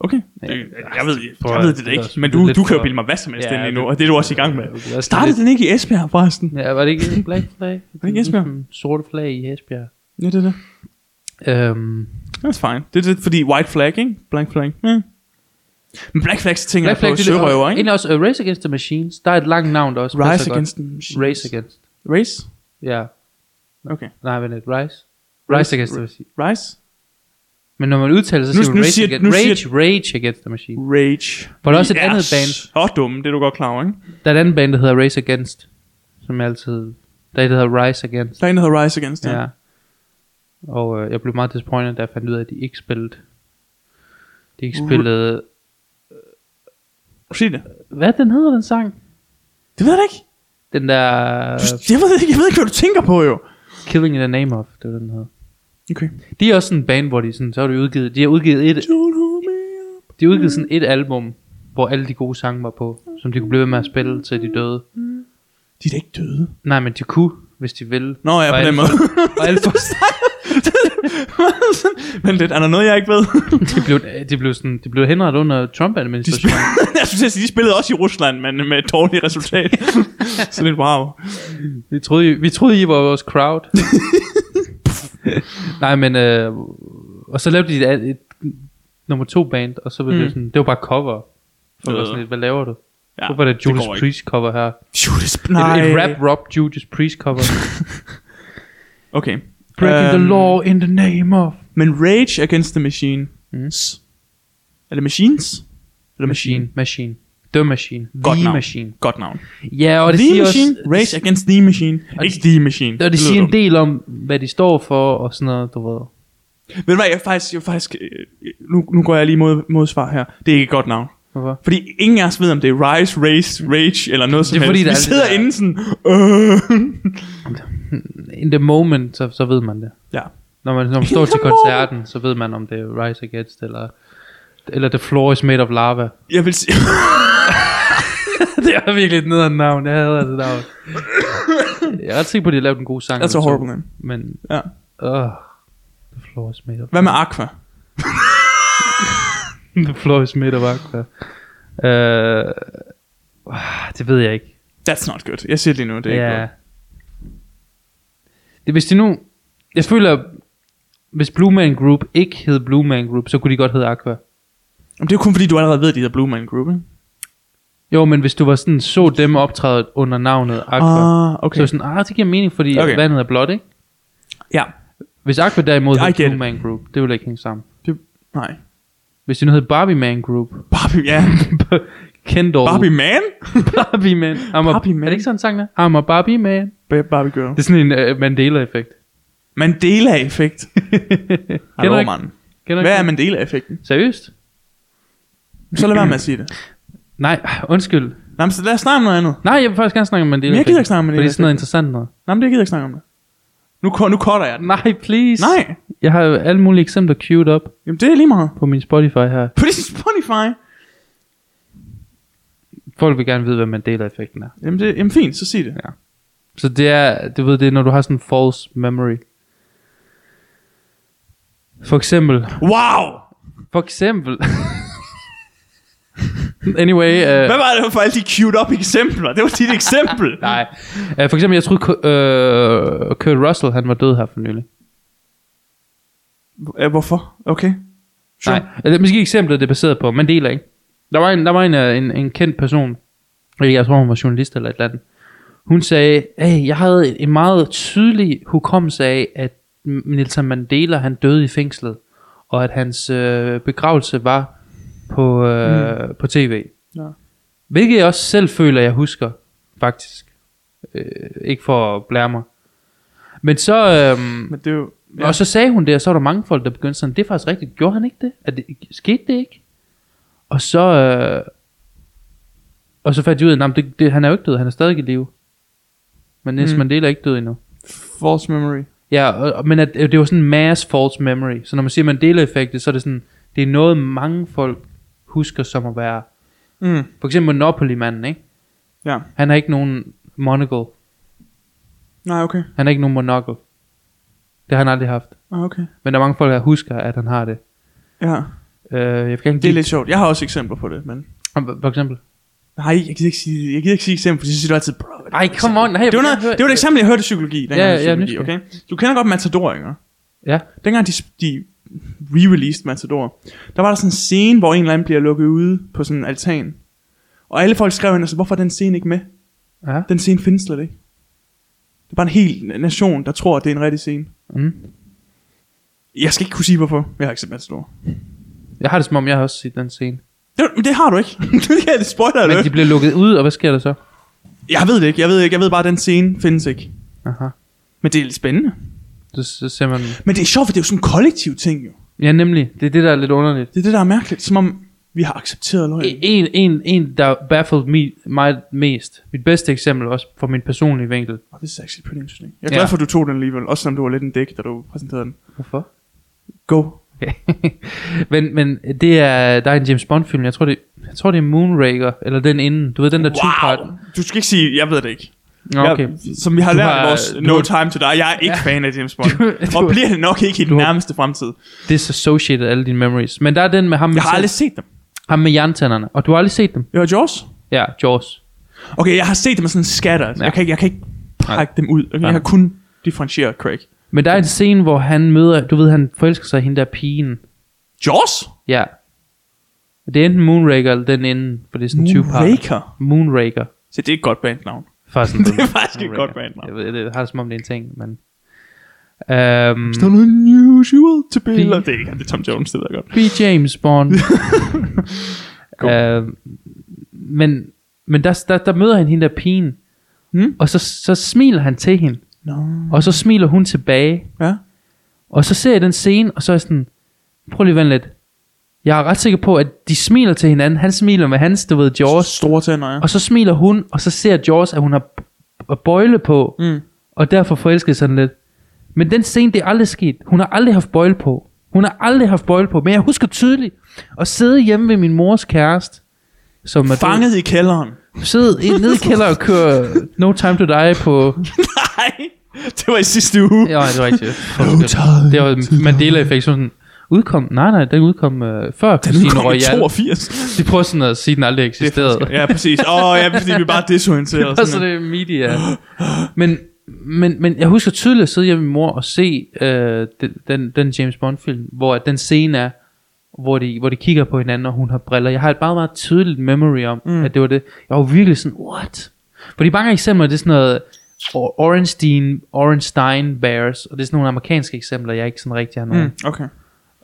Okay. Det, jeg, ved, Prøv jeg at- ved det da det er ikke, også men du, lidt du kan jo for- bilde mig hvad som helst Ja, ind lige det- nu, og det er du også i gang med. det er også lidt- Startede den ikke i Esbjerg, forresten? Ja, var det [LAUGHS] ikke Black Flag? det ikke Esbjerg? Mm, Sorte flag i Esbjerg. Ja, det er det. Øhm, That's fine. Det er det, fordi white flag, ikke? Black flag. Ja. Men Black Flag, så tænker Black Black Flag, jeg på sørøver, ikke? Egentlig også uh, Race Against the Machines. Der er et langt navn, der også passer Rise godt. against the machines. Race Against. Race? Ja. Okay. Nej, vent lidt. Rise. Rise Against the Machines. Rise? Men når man udtaler, så Nu- siger man nu Rage, siger- against, nu rage, siger- rage Against the Machine. Rage. Var der også et Vi er andet band? Så dumme, det er du godt klar over, ikke? Der er et andet band, der hedder Race Against, som jeg altid... Der er et, der hedder Rise Against. Der er en, der hedder Rise Against ja. Ja. Og øh, jeg blev meget disappointed, da jeg fandt ud af, at de ikke spillede... De ikke Uh. spillede... Sig det. Hvad den hedder, den sang? Det ved jeg da ikke. Den der... Du, jeg, ved ikke. jeg ved ikke, hvad du tænker på, jo. Killing in the Name of, det var den hedder. Okay. De er også sådan en band, hvor de sådan, så har de udgivet, de har udgivet et, Don't hold me up. de har udgivet sådan et album, hvor alle de gode sange var på, som de kunne blive ved med at spille, til de døde. De er da ikke døde. Nej, men de kunne, hvis de ville. Nå, ja, Og på alt den måde. [LAUGHS] for- Og alt for, Men lidt, er der noget, jeg ikke [LAUGHS] ved? Det blev, det blev, sådan, det blev henrettet under De Trump-administrationen. spil- [LAUGHS] jeg synes, de spillede også i Rusland, men med et dårligt [LAUGHS] resultat. så lidt wow. Vi troede, I- vi troede, I var vores [LAUGHS] crowd. Nej, men... Øh, og så lavede de et, et, et nummer to band, og så var det Mm. sådan... Det var bare cover. For Øh. øh. sådan lidt, hvad laver du? Ja, Ja, Hvorfor er der det Judas går ikke. Priest cover her? Judas, Et, et rap rock Judas Priest [LAUGHS] cover. Okay. Breaking the Øhm, law in the name of... Men Rage Against the Machine. Mm. S. Er det Machines? Eller Machine? Machine. Machine. The Machine. Godt the navn. Machine. Godt navn. Ja, og det the siger Machine? også... Rage Against the Machine. Og Ikke The Machine. Og det lyder siger en dumt. del om, hvad de står for, og sådan noget, du ved. Ved du hvad, jeg er faktisk... Jeg er faktisk øh, nu, nu går jeg lige mod, mod svar her. Det er ikke et godt navn. Hvorfor? Fordi ingen af os ved, om det er Rise, Race, Rage eller noget som Det er fordi, helst. der Vi er alt sidder det der- inde sådan... Øh. In the moment, så, så ved man det. Ja. Når man, når man [LAUGHS] står til koncerten, så ved man, om det er Rise Against, eller, eller The Floor is Made of Lava. Jeg vil sige... [LAUGHS] [LAUGHS] det er virkelig et nederen navn. Jeg hader det navn. [COUGHS] Jeg er ret sikker på, at de har lavet en god sang. That's a eller to, horrible name. Men, Ja. uh, The Floor is Made of [LAUGHS] Hvad med Aqua? The Floor is Made of Aqua. Uh, det ved jeg ikke. That's not good. Jeg siger det lige nu, det er ikke ja. godt. Det, hvis de nu... Jeg føler, hvis Blue Man Group ikke hed Blue Man Group, så kunne de godt hedde Aqua. Men det er jo kun fordi, du allerede ved, at de hedder Blue Man Group, ikke? Jo, men hvis du var sådan, så dem optræde under navnet Aqua, Ah, okay. så er okay. jeg sådan, ah, det giver mening, fordi Okay. okay. vandet er blåt, ikke? Ja. Hvis Aqua derimod I hed get Blue it. Man Group, det ville ikke hænge sammen. Det, nej. Hvis det nu hed Barbie Man Group, [LAUGHS] Barbie, ja. Kendall, Barbie Man? [LAUGHS] Barbie Man, I'm a, Barbie Man. er det ikke sådan en sang der? I'm a Barbie Man. Ba- Barbie Girl. Det er sådan en uh, Mandela-effekt. Mandela-effekt. Kender du [LAUGHS] Hallo, ikke- mand. Hvad Kender du ikke er det? Mandela-effekten? Seriøst? Så lad være med at sige det. Nej, [LAUGHS] undskyld. Nå, men så lad os snakke om noget andet. Nej, jeg vil faktisk gerne snakke om Mandela. Men jeg gider ikke snakke om Fordi det er Mandela-effekten. sådan noget interessant noget. Nå, men det gider jeg ikke snakke om det. Nu, ko- nu cutter jeg den. Nej, please. Nej, Jeg har jo alle mulige eksempler queued op jamen det er lige meget. på min Spotify her. På det er Spotify. Folk vil gerne vide, hvad Mandela-effekten er. Jamen, det, jamen fint, så sig det. Så det er, du ved, det er, når du har sådan en false memory. For eksempel, Wow! for eksempel. [LAUGHS] anyway, uh, Hvad var det for alle de queued up eksempler? Det var dit eksempel. nej. Uh, for eksempel, jeg troede, uh, Kurt Russell, han var død her for nylig. [LAUGHS] Ja, Hvorfor? Okay. Sure. Nej, eller måske eksemplet, det er baseret på Mandela, ikke? Der var en, der var en, øh, en, en kendt person, eller jeg tror, hun var journalist eller et eller andet. Hun sagde, hey, jeg havde en meget tydelig hukommelse af, at M- Nelson Mandela, han døde i fængslet, og at hans øh, begravelse var på, øh, mm. på tv. Ja. Hvilket jeg også selv føler, jeg husker, faktisk. Øh, ikke for at blære mig. Men så... Øh, Men det er jo... Ja. Og så sagde hun det, og så var der mange folk, der begyndte sådan, det er faktisk rigtigt, gjorde han ikke det? Er det skete det ikke? Og så, øh, og så fandt de ud af, at det, det, han er jo ikke død, han er stadig i live. Men Mm. Nelson mm. Mandela er ikke død endnu. False memory. Ja, og, og- men at, øh, det var sådan mass false memory. Så når man siger Mandela-effektet, så er det sådan, det er noget, mange folk husker som at være. Mm. For eksempel Monopoly-manden, ikke? Ja. Han har ikke nogen monocle. Nej, okay. Han har ikke nogen monocle. Det har han aldrig haft. Ah, okay. Men der er mange folk, der husker, at han har det. Ja. Uh, jeg kan ikke Det er lidt sjovt. Jeg har også eksempler på det, men... For eksempel? Nej, jeg gider ikke sige, jeg gider ikke sige eksempel, for så siger du altid, bro. det er Ej, et come on. Hey, Det var, noget, det var et eksempel, jeg hørte i psykologi. Dengang, Ja, jeg ja, hørte psykologi okay? nysgerrig. Du kender godt Matador, ikke? Ja. Dengang de, de re-released Matador, der var der sådan en scene, hvor en eller anden bliver lukket ude på sådan en altan. Og alle folk skrev ind, altså, hvorfor er den scene ikke med? ja. Den scene findes slet ikke. Det er bare en hel nation, der tror, at det er en rigtig scene. Mm. Jeg skal ikke kunne sige, hvorfor. Jeg har ikke set Matador. Jeg har det som om, jeg har også set den scene. Det, men det har du ikke. [LAUGHS] det er det spoiler, Men du. de bliver lukket ud, og hvad sker der så? Jeg ved det ikke. Jeg ved ikke. Jeg ved bare, at den scene findes ikke. Aha. Men det er lidt spændende. Så, så ser man... Men det er sjovt, for det er jo sådan en kollektiv ting, jo. Ja, nemlig. Det er det, der er lidt underligt. Det er det, der er mærkeligt. Som om vi har accepteret løgn. En, en, en der baffled me, mig mest. Mit bedste eksempel også fra min personlige vinkel. Oh, this is actually pretty interesting. Jeg er glad Ja. for, at du tog den alligevel. Også selvom du var lidt en dæk, da du præsenterede den. Hvorfor? Go. Okay. [LAUGHS] men, men det er, der er en James Bond-film, jeg tror, det, jeg tror, det er Moonraker, eller den inden. Du ved, den der wow. two-part. Du skal ikke sige, jeg ved det ikke. Nå, okay. Jeg, som vi har Du lært har- har, vores du No har- Time To Die, jeg er ikke ja. fan af James Bond. Du- du har- og bliver det nok ikke i den har- nærmeste fremtid. Disassociated alle dine memories. Men der er den med ham med, Jeg har selv- aldrig set dem. ham med jerntænderne. Og du har aldrig set dem? Jeg har Jaws. Ja, Jaws. Okay, jeg har set dem sådan skatter. Ja. Jeg, kan ikke, jeg kan ikke pakke dem ud. Okay, jeg kan kun differentiere Craig. Men der er en scene, hvor han møder... Du ved, han forelsker sig i hende der pigen. Jaws? Ja. Det er enten Moonraker eller den inden, for det er sådan 20 par. Moonraker? Moonraker. Så det er et godt bandnavn. Faktisk, [LAUGHS] Det er faktisk et godt bandnavn. Jeg ved, det har det som om det er en ting, men... Øhm, Still unusual to be Fint. loved. Det er ikke han, det er Tom Jones, det ved jeg godt. be James [LAUGHS] Bond. Cool. øhm, men men der, der, der møder han hende der pigen, Mm. og så, så smiler han til hende, No. og så smiler hun tilbage, Ja. og så ser jeg den scene, og så er jeg sådan, prøv lige at vente lidt. Jeg er ret sikker på, at de smiler til hinanden. Han smiler med hans, du ved, Og Jaws. store tænder, ja. Og så smiler hun, og så ser Jaws, at hun har b- bøjle på, Mm. og derfor forelsker sådan lidt. Men den scene, det er aldrig sket. Hun har aldrig haft bøjle på. Hun har aldrig haft bøjle på, men jeg husker tydeligt at sidde hjemme ved min mors kæreste, som er død. Fanget i kælderen. [LAUGHS] Sidde i- nede i kælder og køre No Time To Die på... Nej, det var i sidste uge. Ja, det var [LAUGHS] rigtigt. time Det var Mandela-effekt, sådan udkom... Nej, nej, den udkom øh, før Den Casino kom i [LAUGHS] Royale. 82. De prøver sådan at sige, at den aldrig Det er eksisterede. faktisk- ja, præcis. Åh, oh, ja, fordi vi er bare desorienterede. Og så det er [GASPS] media. Men, men, men jeg husker tydeligt at sidde hjemme med min mor og se øh, den, den, den James Bond film, hvor at den scene er, hvor de, hvor de kigger på hinanden, og hun har briller. Jeg har et meget, meget tydeligt memory om, mm. at det var det. Jeg var virkelig sådan, what? Fordi mange eksempler, det er sådan noget o- Orange Dean, Orange Stein Bears, og det er sådan nogle amerikanske eksempler, jeg ikke sådan rigtig har nogen. Mm, Mm. okay.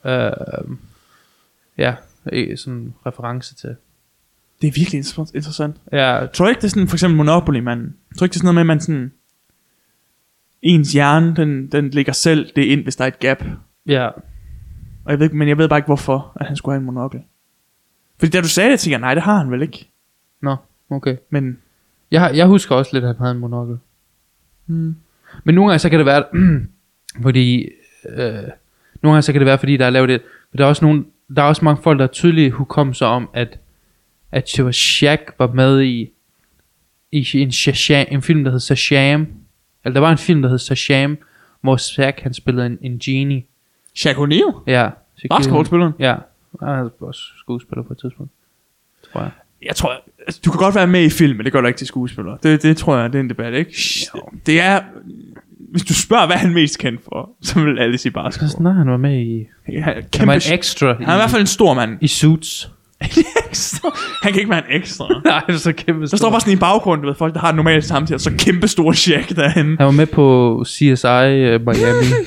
Øh, ja, øh, sådan reference til. Det er virkelig inter- interessant. Ja, Tror du ikke, det er sådan, for eksempel Monopoly-manden? Tror du ikke, det er sådan noget med, at man sådan... Ens hjerne, den, den ligger selv det ind, hvis der er et gap. ja. Og jeg ved, ikke- men jeg ved bare ikke, hvorfor at han skulle have en monokel. Fordi da du sagde det, tænkte jeg, nej, det har han vel ikke. Nå, okay. Men Jeg, har- jeg husker også lidt, at han havde en monokkel. Hmm. mm, Men nogle gange så kan det være, [CLEARS THROAT] fordi øh, nogle gange så kan det være, fordi der er lavet det. Men der er også nogle, der er også mange folk, der er tydelige hukommelser om, at at det var Shaq var med i i en, Shazam, en film, der hed Shazam. Eller der var en film, der hed Shazam, hvor Shaq han spillede en, en genie. Shaq O'Neal? Ja. Så gik- Basketballspilleren? Ja. Han er også skuespiller på et tidspunkt. Tror jeg. Jeg tror, altså, du kan godt være med i film, men det gør du ikke til skuespiller. Det, det tror jeg, det er en debat, ikke? Jo. Det er... Hvis du spørger, hvad er han mest kendt for, så vil alle sige Så basketball. sådan, nej, han var med i... Ja, Han er, Han var kæmpe, en ekstra han er i hvert fald en stor [LAUGHS] mand. i, i Suits. Ekstra. han kan ikke være en ekstra. [LAUGHS] Nej, så kæmpe Der står bare sådan i baggrunden, du ved, folk, der har normalt samtidig, og så kæmpe store Shaq derhen. Han var med på CSI øh, Miami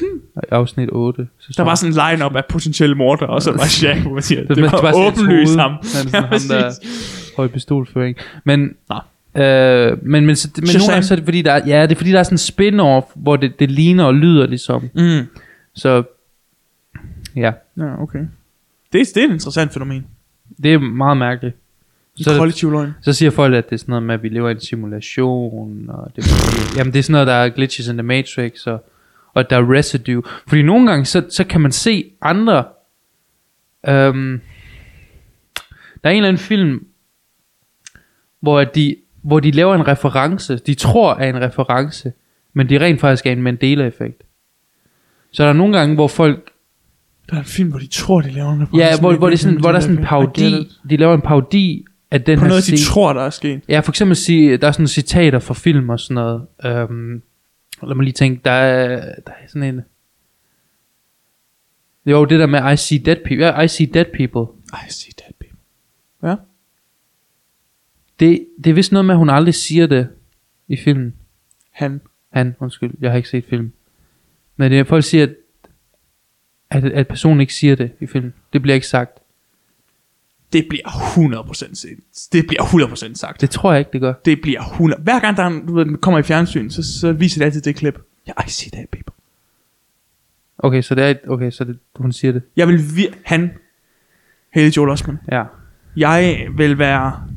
afsnit 8. Sæson. Der var sådan en line-up af potentielle morder, og så var Shaq, hvor man [LAUGHS] siger, det, men var, sådan hans åbenlyst hoved. ham. Han er sådan [LAUGHS] Ja, ham, der præcis. høj pistolføring. Men, Nå. øh, men, men, så, men nogle Shazam. gange så er det fordi, der er, ja, det er fordi, der er sådan en spin-off, hvor det, det ligner og lyder ligesom. Mm. Så ja, Ja, okay. Det, er- det er et interessant fænomen. det er meget mærkeligt. Så Så, er det, kollektiv løgn. så siger folk, at det er sådan noget med, at vi lever i en simulation, og det er, fordi- jamen, det er sådan noget, der er glitches in the matrix, og, og der er residue. Fordi nogle gange, så, så kan man se andre Øhm, der er en eller anden film, hvor de, hvor de laver en reference, de tror er en reference, men det rent faktisk er en Mandela-effekt. Så der er nogle gange, hvor folk, Der er en film, hvor de tror, de laver en ja, hvor, hvor, det er sådan, ligesom hvor der er sådan en parodi, de laver en parodi af den På her noget, de scene. tror, der er sket. Ja, for eksempel, sige, der er sådan citater fra film og sådan noget. Øhm, lad mig lige tænke, der er, der er sådan en... Jo, det der med I see dead people. Ja, I see dead people. I see that, baby. Ja. Det, det er vist noget med, at hun aldrig siger det i filmen. Han. Han, undskyld, jeg har ikke set filmen. Men det er, folk siger, at, at, at personen ikke siger det i filmen. Det bliver ikke sagt. Det bliver 100% set. Det bliver 100% sagt. Det tror jeg ikke, det gør. Det bliver 100. Hver gang der er en, du ved, den kommer i fjernsyn, så, så viser det altid det klip. Ja, I see that, baby. Okay, så det er, et- okay, så det, hun siger det. Jeg vil vir- Han. Haley Joel Osment. Ja. Jeg vil være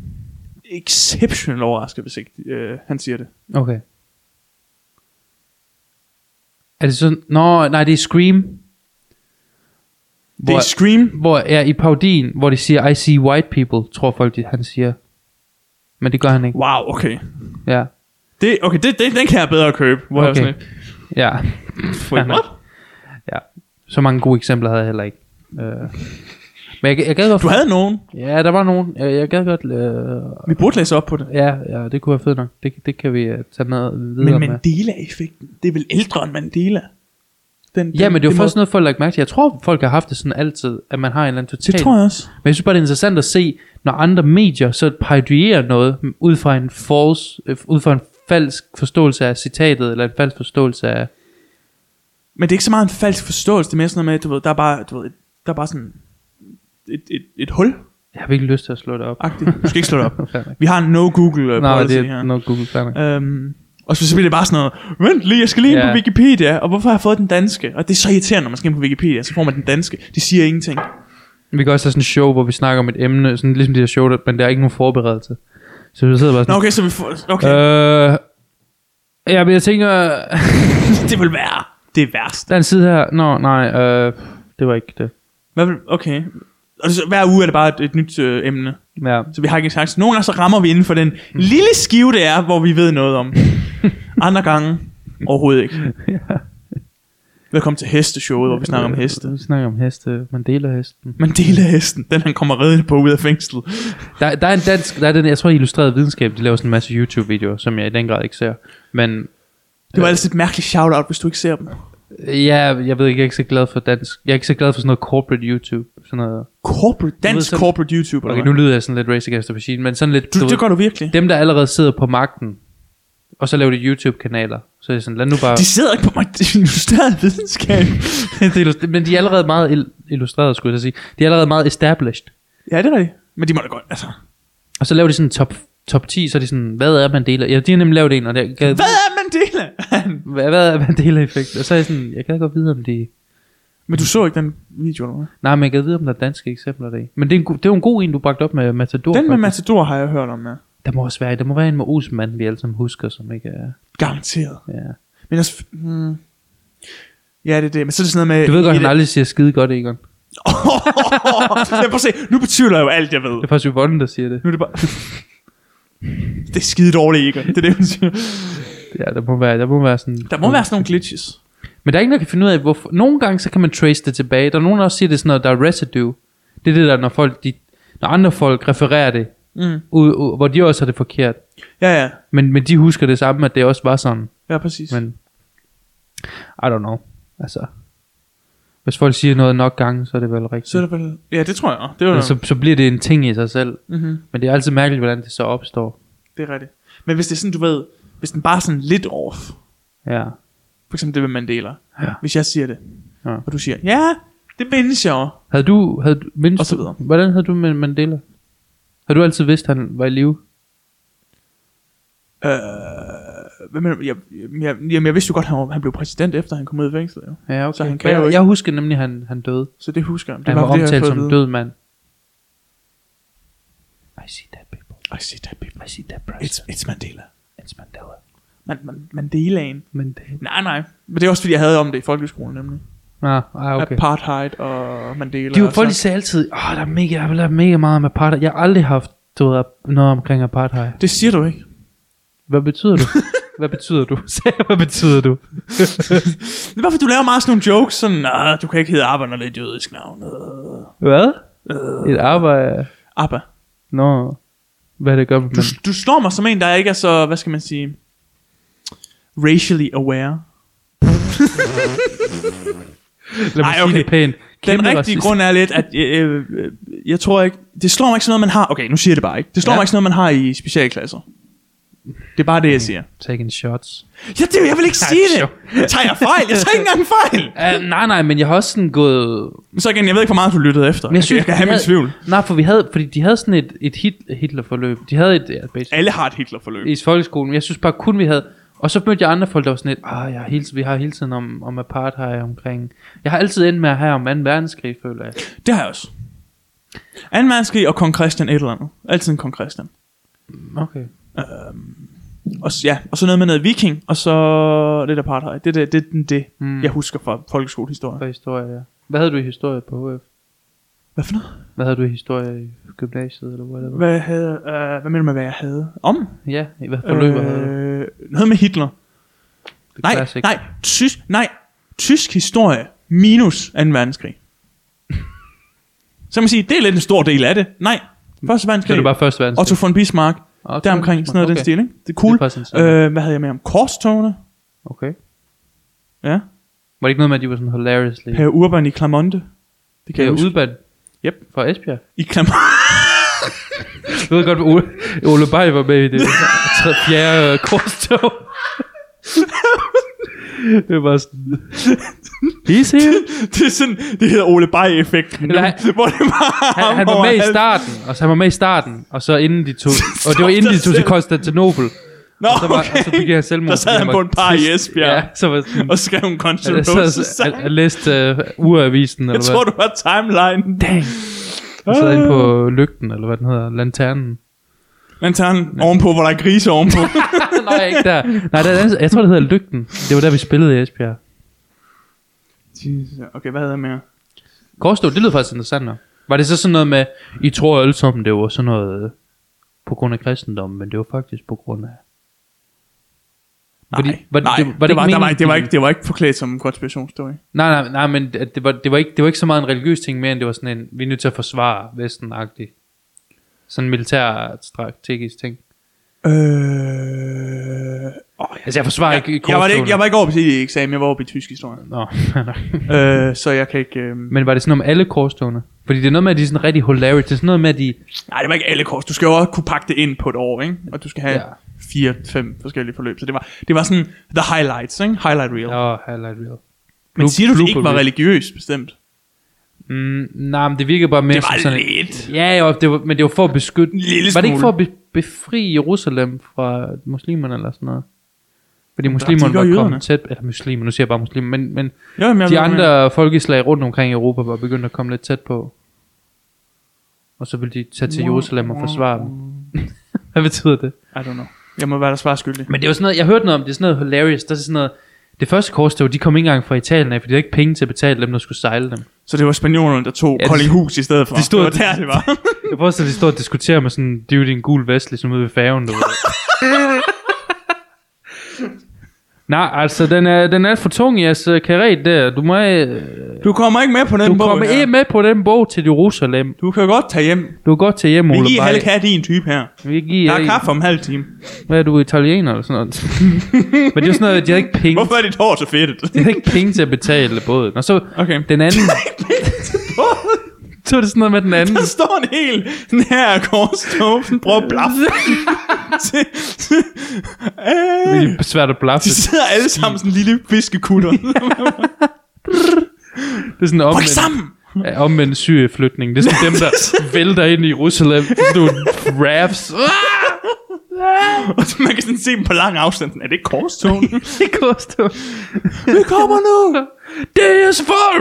exceptionelt overrasket, hvis ikke øh, han siger det. Okay. Er det sådan... Nå, nej, det er Scream. Det Hvor, er Scream. hvor ja, i parodien, hvor de siger, I see white people, tror folk, de, han siger. Men det gør han ikke. Wow, okay. Ja. Det, okay, det, det, den kan jeg bedre købe. Hvor okay. jeg var Okay. sådan lidt, Ja, wait, what? [LAUGHS] så mange gode eksempler havde jeg heller ikke. Øh. Men jeg, jeg gad godt... Du havde nogen. Ja, der var nogen. Jeg, jeg gad godt... Øh, Vi burde læse op på det. ja, ja, det kunne være fedt nok. Det, det kan vi øh, tage noget videre Men med. Mandela-effekten, det er vel ældre end Mandela? Den, Ja, men det er jo må- først noget, folk har lagt mærke til. Jeg tror, folk har haft det sådan altid, at man har en eller anden total... Det tror jeg også. Men jeg synes bare, det er interessant at se, når andre medier så parodierer noget ud fra en, false, øh, ud fra en falsk forståelse af citatet, eller en falsk forståelse af... Men det er ikke så meget en falsk forståelse, det er mere sådan noget med, du ved, der er bare, du ved, der er bare sådan et, et, et hul Jeg har virkelig lyst til at slå det op. -agtigt. Du skal ikke slå det op. [LAUGHS] Fair nok. Vi har en no Google uh, Nej, policy det her. er noget Google fair nok. Øhm, og så så bliver det bare sådan noget, vent lige, jeg skal lige ind Ja. på Wikipedia, og hvorfor har jeg fået den danske? Og det er så irriterende, når man skal ind på Wikipedia, så får man den danske. De siger ingenting. Vi kan også have sådan en show, hvor vi snakker om et emne, sådan ligesom det her show, der, men der er ikke nogen forberedelse. Så vi sidder bare Nå, sådan... okay, så vi får... Okay, Okay. Øh, ja, men jeg tænker... Øh. [LAUGHS] det vil være det værste. der er en side her... Nå, nej, øh, det var ikke det. Hvad vil, okay. Og så, hver uge er det bare et, et nyt øh, emne. Ja, Så vi har ikke en chance. Nogle gange så rammer vi inden for den lille skive, det er, hvor vi ved noget om. Andre gange overhovedet ikke. Ja. Velkommen til hesteshowet, hvor vi snakker om heste. Vi snakker om heste, Mandela-hesten. Men dele af hesten, den han kommer redende på ud af fængslet. Der, der er en dansk, der er den, jeg tror, illustreret videnskab, de laver sådan en masse YouTube-videoer, som jeg i den grad ikke ser. Men Det var altså et mærkeligt shout-out, hvis du ikke ser dem. øh, ja, jeg ved ikke, jeg er ikke så glad for dansk. Jeg er ikke så glad for sådan noget corporate YouTube. Sådan noget. Corporate, dansk sådan- corporate YouTube, eller Okay, okay, nu lyder jeg sådan lidt race against the machine, men sådan lidt, du, du, det ved, gør du virkelig. dem der allerede sidder på magten, og så laver de YouTube-kanaler, så er det sådan, lad nu [LAUGHS] bare... De sidder ikke på mig, det er illustreret videnskab. det er illustr- men de er allerede meget il- illustreret, skulle jeg til at sige. De er allerede meget established. ja, det er rigtigt. Men de må da godt, altså. Og så laver de sådan en top, top 10, så er de sådan, hvad er Mandela? Ja, de har nemlig lavet en, og det gad, Hvad er Mandela? [LAUGHS] hvad, hvad er Mandela-effekt? Og så er jeg sådan, jeg kan godt vide, om de... men du så ikke den video, eller hvad? Nej, men jeg kan vide, om der er danske eksempler deri. Men det er, en, go- det er jo en god en, du bragte op med Matador. Den med faktisk. Matador har jeg hørt om, ja. der må også være, der må være en med Olsenmand, vi alle sammen husker, som ikke er... Garanteret. Ja. Men også... Hmm. Ja, det er det. Men så er det sådan noget med... Du ved godt, han [LAUGHS] Åh, aldrig siger skide godt, Egon. ja, prøv at se. Nu betyder jeg jo alt, jeg ved. Det er faktisk Yvonne, der siger det. Nu er det bare... [LAUGHS] det er skide dårligt, ikke? Det er det, hun siger. Ja, der må være, der må være sådan... Der må være sådan nogle glitches. Men der er ingen, der kan finde ud af, hvorfor... Nogle gange, så kan man trace det tilbage. Der er nogen, der også siger, det er sådan noget, der er residue. Det er det der, når folk, de, når andre folk refererer det, Mm. ud, ud, hvor de også har det forkert. Ja, ja. Men, men de husker det samme, at det også var sådan. Ja, præcis. Men, Men, I don't know. Altså, hvis folk siger noget nok gange, så er det vel rigtigt. så er det vel... Ja, det tror jeg. Det er jo... Men så, så bliver det en ting i sig selv. Mm-hmm. Men det er altid mærkeligt, hvordan det så opstår. Det er rigtigt. Men hvis det er sådan, du ved... Hvis den bare er sådan lidt off... Ja. For eksempel det med Mandela. Ja. Hvis jeg siger det. Ja. Og du siger, ja, det mindes jeg. også." Havde du, havde, du- mindst, Og så videre. Hvordan havde du med Mandela? Har du altid vidst, at han var i live? Øh, hvad mener du? Jeg, jeg, jamen, jeg vidste jo godt, han, var, han blev præsident, efter han kom ud af fængslet. Jo. Ja, Så han kan Men jo jeg, ikke- jeg husker nemlig, at han, han døde. Så det husker jeg. Det Han var bare det, jeg omtalt har fået som at død mand. I see that people. vide. I see that people. I see that It's, person. it's Mandela. It's Mandela. Man, man, Mandelaen. Mandela. Nej, nej. Men det er også, fordi jeg havde om det i folkeskolen, nemlig. Ah, ah okay. Apartheid og Mandela. Det er jo og folk, de så- sagde altid, åh, oh, der, er mega, der er mega meget om apartheid. Jeg har aldrig haft du ved, noget omkring apartheid. Det siger du ikke. Hvad betyder [LAUGHS] du? Hvad betyder du? [LAUGHS] Sagde jeg, Hvad betyder du? Det er bare, fordi du laver meget sådan nogle jokes, sådan, nah, du kan ikke hedde Abba, når det er et jødisk navn. Øh, Hvad? Et arbejde? Abba. Nå, no. hvad det gør med Du, du slår mig som en, der ikke er så, hvad skal man sige, racially aware. Lad mig Ej, sige okay. det pænt. Den Kæmpe rigtige racist. grund er lidt, at øh, øh, jeg tror ikke, det slår mig ikke sådan noget, man har, okay, nu siger jeg det bare ikke, det slår Ja. mig ikke sådan noget, man har i specialklasser. Det er bare det, jeg Mm. siger. Taking shots. Ja, det, jeg vil ikke Ej, sige det. sjov. Tager jeg fejl? Jeg tager ikke engang fejl. Uh, nej, nej, men jeg har også sådan gået... Men så igen, jeg ved ikke, hvor meget du lyttede efter. Men Jeg, synes, jeg kan de have min havde- tvivl. Nej, for vi havde, fordi de havde sådan et, et hit, Hitler-forløb. De havde et, ja, basic- Alle har et Hitler-forløb. i folkeskolen, men jeg synes bare kun vi havde... Og så mødte jeg andre folk, der var sådan lidt, ah, jeg har hele, vi har hele tiden om, om apartheid omkring... Jeg har altid endt med at have om 2. verdenskrig, føler jeg. Det har jeg også. Anden verdenskrig og kong Christian et eller andet. Altid en kong Christian. Okay. Og, s- ja, og så noget med noget viking, og så lidt apartheid. Det er det, det, det, det mm. jeg husker fra folkeskolehistorie. For historie, ja. Hvad havde du i historie på HF? Hvad for noget? Hvad havde du i historie i gymnasiet, eller whatever? Hvad, havde, øh, hvad mener du med, hvad jeg havde? Om? Ja, i hvad forløber øh, havde du? øh, Noget med Hitler. Det Nej, classic. nej, tysk, nej, tysk historie minus 2. verdenskrig. Så kan man sige, det er lidt en stor del af det. Nej, første Så er verdenskrig. det bare første verdenskrig. Otto von Bismarck, Otto der von omkring, sådan noget af den Bismarck, stil, ikke? Det er Det cool. er faktisk en sådan. øh, hvad havde jeg med om? Korstogene, Okay. ja. Var det ikke noget med, at de var sådan hilariously? Per Urban i Clamonte. Det kan Kan jeg jeg huske. udbande? Yep. Fra Esbjerg? I Clamonte. Jeg ved godt, at Ole, Ole Bay var med i det tredje, fjerde øh, korstog. det var sådan... He's here. [LAUGHS] det er sådan, det hedder Ole Bay-effekten. Eller [LAUGHS] han- hvor det var Han, ham han, var over med i alt. starten, og så han var med i starten, og så inden de tog... og det var inden de [LAUGHS] tog til Konstantinopel. Nå, Og så, var, okay. og så begik han selvmord. Der sad fordi han var på en par i trist. Esbjerg. Ja, så [LAUGHS] var sådan... og skrev en Ja, jeg sad kontroversiel og- sang. og- og læste uh, ureavisen, eller Jeg hvad? tror, du var timeline. Dang. Jeg sad inde på lygten, eller hvad den hedder, lanternen. Man tager den ovenpå, hvor der er grise [LAUGHS] ovenpå. Nej, ikke der. Nej, der, er et andet- jeg tror, det hedder lygten. Det var der, vi spillede i Esbjerg. Jesus, okay, hvad hedder jeg mere? Korstog, det lyder faktisk interessant nok. Var det så sådan noget med, I tror alle sammen, det var sådan noget øh, på grund af kristendommen, men det var faktisk på grund af... Fordi- var det- nej, det- var det ikke var, der var, meningen, det, var de- ikke, det var ikke forklædt som en konspirationsstory. Nej, nej, nej, men at det var, det, var ikke, det var ikke så meget en religiøs ting mere, end det var sådan en, vi er nødt til at forsvare vesten -agtig. Sådan en militær strategisk ting. Øh... Altså, jeg forsvarer Jeg, ikke jeg, var det korstogene. ikke, jeg var ikke oppe i eksamen, jeg var oppe i tysk historie. Nå, [LAUGHS] nej. øh, så jeg kan ikke... Øh... Men var det sådan om alle korstogene? Fordi det er noget med, at de er sådan rigtig hilarious. Det er sådan noget med, at de... Nej, det var ikke alle kors. Du skal jo også kunne pakke det ind på et år, ikke? Og du skal have Ja. fire, fem forskellige forløb. Så det var, det var sådan the highlights, ikke? Highlight reel. Åh, oh, highlight reel. Men siger du, det blooper ikke var reel. religiøst bestemt? Mm, nej, men det virker bare mere Det var som sådan... lidt. Ja, jo, det var, men det var for at beskytte... En lille var det ikke for smule. at be, befri Jerusalem fra muslimerne eller sådan noget? Fordi de muslimerne gør var jøderne. kommet tæt... Eller muslimer, nu siger jeg bare muslimer, men, men Jo, jamen, jeg de ved, hvad du mener. andre folkeslag rundt omkring i Europa var begyndt at komme lidt tæt på. Og så ville de tage til Jerusalem og forsvare dem. [LAUGHS] Hvad betyder det? I don't know. Jeg må være der svar skyldig. Men det var sådan noget, jeg hørte noget om, det er sådan noget hilarious, der er sådan noget, det første korstog, de kom ikke engang fra Italien af, fordi der ikke penge til at betale dem, der skulle sejle dem. Så det var spanjolerne, der tog ja, Ja, det- Koldinghus i stedet for. de De stod- stod, det var der, det [LAUGHS] var. Jeg prøver at de står og diskuterer med sådan en dude i en gul vest, ligesom ude ved [LAUGHS] færgen, du ved. Nej, altså, den er, den er alt for tung i jeres øh, karet der. Du må øh, du kommer ikke med på den du bog. kommer her. ikke med på den bog til Jerusalem. Du kan godt tage hjem. Du er godt til hjem, Vi Ole giver Bay. halv kat i en type her. Vi giver Der er en- kaffe om halv time. Hvad er du, italiener eller [LAUGHS] sådan noget? Men det er jo sådan noget, at de havde ikke penge, Hvorfor er dit hår så [LAUGHS] fedt? de havde ikke penge til at betale båden. Og så Okay. den anden, [LAUGHS] så var det sådan noget med den anden. Der står en hel nær korstog. Sådan prøv at blaffe. Øh, Det er svært at blaffe. De sidder alle sammen sådan en lille fiskekutter. Det er sådan en Ryk omvendt, sammen! ja, omvendt syreflytning. Det er sådan dem, der [LAUGHS] vælter ind i Jerusalem. Det er sådan nogle rafts. Og så man kan sådan se dem på lang afstand. Sådan, Er det ikke korstogen? Det koster. [LAUGHS] Vi kommer nu! Det er for...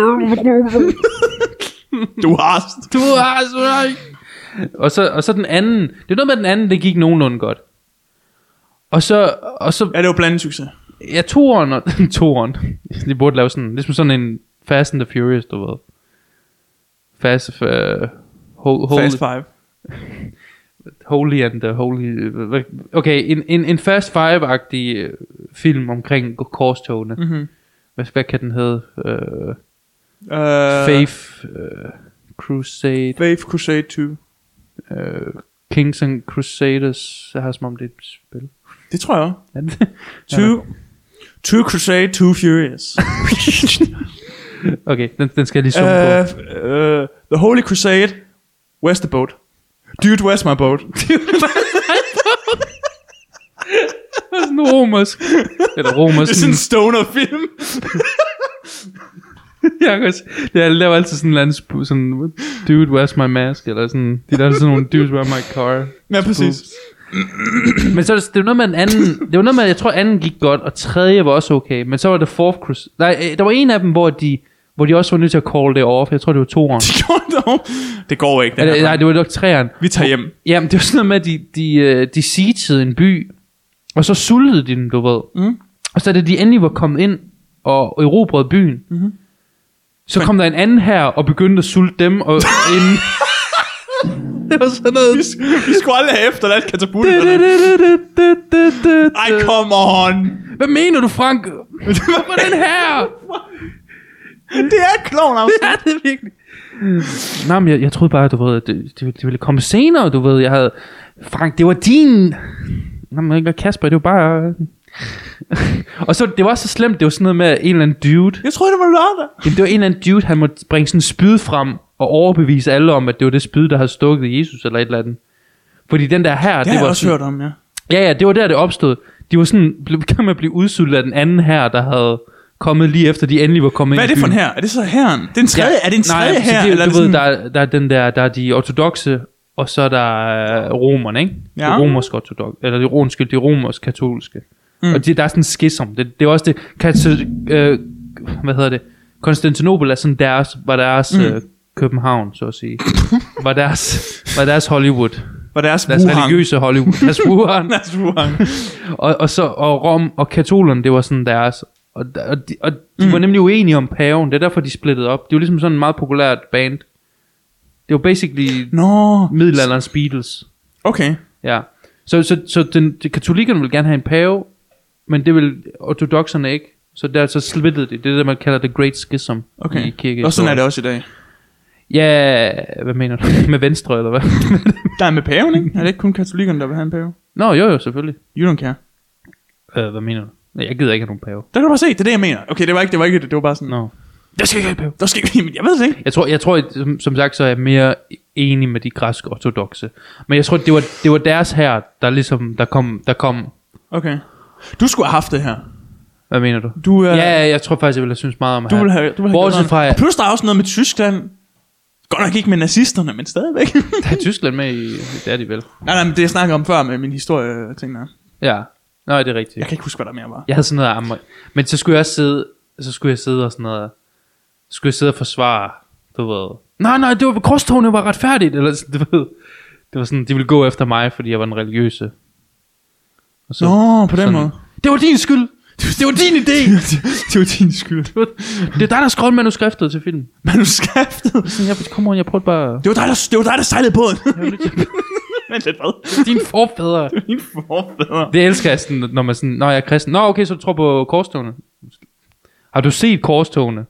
Du hast. Du har så og så, og så den anden. Det er noget med den anden, det gik nogenlunde godt. Og så, og så Ja, det var blandet succes. Ja, toeren og... [LAUGHS] toeren. De burde lave sådan... Ligesom sådan en Fast and the Furious, du ved. Fast... Uh, ho- holy, Fast five. holy and the Holy... øh, hvad- Okay, en, en, en Fast Five-agtig øh, film omkring korstogene. Mhm. Hvad, hvad kan den hedde? Uh, Øh, Faith... Uh, Crusade... Faith Crusade 2. Uh, Kings and Crusaders... Jeg har som om det er et spil. Det tror jeg også. Er det? [LAUGHS] Two, two Crusade, Two Furious. Okay, den, den skal jeg lige zoome på. uh, uh, the Holy Crusade, where's the boat? Dude, where's my [LAUGHS] boat? Sådan romersk. Eller [LAUGHS] det er romersk. sådan en stoner film. Jeg kan også, jeg laver altid sådan en eller anden sp- sådan, dude, where's my mask? Eller sådan, de der sådan nogle, dude, where's my car? ja, præcis. Men så er det, det var noget med en anden, det var noget med, jeg tror anden gik godt, og tredje var også okay, men så var det fourth cruise. Nej, øh, der var en af dem, hvor de, hvor de også var nødt til at call det off. Jeg tror, det var toeren. Det gjorde det dog. Det går ikke, den Eller, her. nej, det var nok treeren. Vi tager hjem. Jamen, det var sådan noget med, at de, de, øh, de siegede en by, og så sultede de den, du ved. Mm. Og så da de endelig var kommet ind og erobrede byen, mm-hmm. Så kom der en anden her og begyndte at sulte dem. [LAUGHS] Og en... det var sådan noget... Vi, vi skulle aldrig have efterladt katapulterne. Ej, come on. Hvad mener du, [LAUGHS] Frank? Hvordan her? Det er klovn afsnit. Ja, det er virkelig. Nej, men jeg, jeg troede bare, du ved, at det, det, det ville komme senere, du ved. Jeg havde... Frank, det var din... Nå, men ikke hvad, Kasper, det var bare... [LAUGHS] og så, det var så slemt, det var sådan noget med at en eller anden dude. Jeg troede, det var lørdag. Jamen, det var en eller anden dude, han måtte bringe sådan en spyd frem og overbevise alle om, at det var det spyd, der havde stukket Jesus eller et eller andet. Fordi den der her, Det det har var jeg også sådan, hørt om, ja. Ja, ja, det var der, det opstod. De var sådan, blev [LAUGHS] kan man blive udsultet af den anden her, der havde kommet lige efter, de endelig var kommet Hvad er ind det i for en byen. her? Er det så herren? Det er en tredje, er det en tredje Nej, så her? Det, eller eller er du det ved, sådan- der, er- der er den der, der er de ortodoxe, og så er der øh, romerne, ikke? Ja. Ja. De romerske ortodoxe, eller de, undskyld, de romersk katolske. Mm. Og det, der er sådan en skism. Det, det er også det, kat- øh, hvad hedder det? Konstantinopel er sådan deres, var deres mm. øh, København, så at sige. var, deres, var deres Hollywood. Var deres Deres Wuhan. religiøse Hollywood. Deres Wuhan. [LAUGHS] Deres Wuhan. og, og, så, og Rom og katolerne, det var sådan deres. Og, og, de, og de mm. var nemlig uenige om paven. Det er derfor, de splittede op. Det var ligesom sådan en meget populært band. Det var basically no. Nå, middelalderens Beatles. okay. Ja. Så, så, så den, de, katolikkerne ville gerne have en pave, men det ville ortodoxerne ikke. Så der så splittede det. Det er det, man kalder the great schism Okay. i kirke. Og sådan er det også i dag. Ja, hvad mener du? [LAUGHS] Med venstre, [LAUGHS] eller hvad? Der er med paven, ikke? Er det ikke kun katolikkerne, der vil have en pave? Nå, jo, jo, selvfølgelig. You don't care. Øh, hvad mener du? Nej, Jeg gider ikke have nogen pave. Der kan du bare se, det er det, jeg mener. Okay, det var ikke, det var ikke, det var bare sådan. Nå. Der skal ikke have en pave. Der skal ikke, men jeg ved det ikke. Jeg tror, jeg tror at, som, som sagt, så er jeg mere enig med de græske ortodoxe. Men jeg tror, det var, det var deres her, der ligesom, der kom, der kom, Okay. Du skulle have haft det her. hvad mener du? Du, øh, Ja, ja jeg tror faktisk, jeg ville have synes meget om at du have. vil have, du vil have Bortset gjort fra, noget. at Og Plus, der er også noget med Tyskland. Godt nok ikke med nazisterne, men stadigvæk. [LAUGHS] der er Tyskland med i, det er de vel. nej, nej, men det jeg snakker om før med min historie og ting der. Ja, nej, det er rigtigt. Jeg kan ikke huske, hvad der mere var. Jeg havde sådan noget ammer. Men så skulle jeg også sidde, så skulle jeg sidde og sådan noget, så skulle jeg sidde og forsvare, du ved. Nej, nej, det var, korstogene var retfærdigt, eller sådan, du ved. Det var sådan, de ville gå efter mig, fordi jeg var den religiøse. Og så, Nå, på den sådan, måde. Det var din [LAUGHS] skyld. Det var din idé. det var din skyld. Det er dig, der skrev manuskriptet til film. Manuskriptet. Sådan, jeg, kom on, jeg prøvede bare... [LAUGHS] Det var dig, der, det var dig, der sejlede båden. [LAUGHS] Men lidt hvad? Dine forfædre. Min forfædre. Det elsker jeg sådan, når man sådan... Nå, jeg er kristen. Nå, okay, så du tror på korstogene. Har du set korstogene?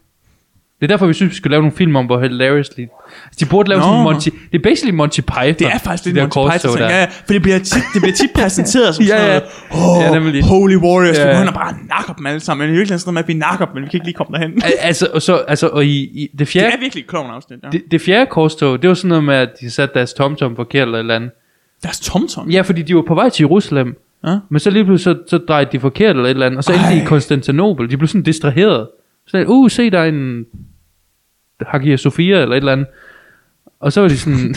Det er derfor, vi synes, vi skal lave nogle film om, hvor hilariously... Altså, de burde lave Nå. sådan en Monty... Det er basically Monty Python. Det er faktisk lidt de der Monty Python, korstog ting. der. ja, ja, for det bliver tit, det bliver [LAUGHS] tit præsenteret som Ja, sådan ja. noget, oh, Ja, nemlig. holy warriors, Ja. yeah. vi og bare nakker dem alle sammen, men det er virkelig sådan noget med, at vi nakker dem, men vi kan ikke lige komme derhen. Al- Altså, og så... Altså, og i, i det Det fjerde... er virkelig et kloven afsnit, ja. Det, det fjerde korstog, det var sådan noget med, at de satte deres tomtom forkert eller et eller andet. Deres tomtom. Ja, fordi de var på vej til Jerusalem. Ja. Men så lige pludselig så, så drejede de forkert eller et eller andet, og så endte de Ej. i Konstantinopel. De blev sådan distraheret. Sådan, uh, se der er en Hagia Sophia eller et eller andet. Og så var [LAUGHS] de sådan,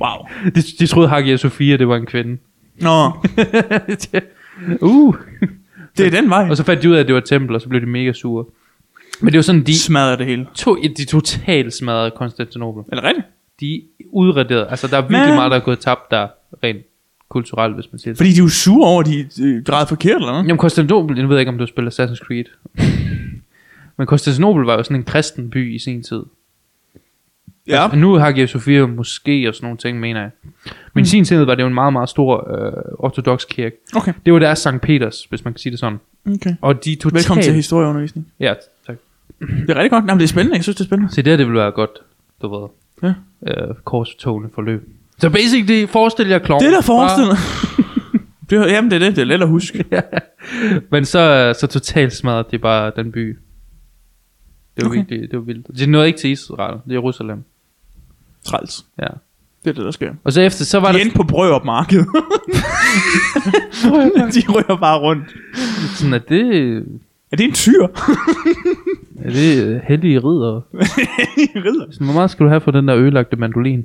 Wow. de, de troede Hagia Sophia, det var en [LAUGHS] kvinde. Nå, uh. det er den vej. Og så fandt de ud af, at det var et tempel, og så blev de mega sure. Men det var sådan, de, Smadrer det hele. to, de totalt smadrede Konstantinopel. Er det rigtigt? De udraderede, altså der er virkelig Men- meget, der er gået tabt der, rent kulturelt, hvis man siger det. Fordi de er jo sure over, at de øh, drejede forkert, eller hvad? Jamen Konstantinopel, jeg ved ikke om du spiller Assassin's [LAUGHS] Creed. Men Konstantinopel var jo sådan en kristen by i sin tid. Ja. Og nu har Hagia Sophia måske og sådan nogle ting, mener jeg. Men Mm. i sin tid var det jo en meget, meget stor øh, ortodox kirke. Okay. Det var deres Sankt Peters, hvis man kan sige det sådan. okay. Og de totalt... Velkommen til historieundervisning. Ja, tak. Det er rigtig godt. Nej, men det er spændende. Jeg synes, det er spændende. Se, det her, det ville være godt, du ved. Ja. Øh, korstogene forløb. Så basically, forestil jer klovn. Det er der [LAUGHS] forestillet. [LAUGHS] det, er- jamen, det er det. Det er let at huske. Men så, så totalt smadret det bare den by. Det var, Okay. okay. virkelig, det var vildt. Det nåede ikke til Israel, det er Jerusalem. Træls. Ja. Det er det, der sker. Og så efter, så var De der endte på brødopmarkedet. [LAUGHS] de ryger bare rundt. sådan, at det, Er det en [LAUGHS] tyr? er det øh, heldige ridder. Ridder. Sådan, hvor meget skal du have for den der ødelagte [LAUGHS] mandolin?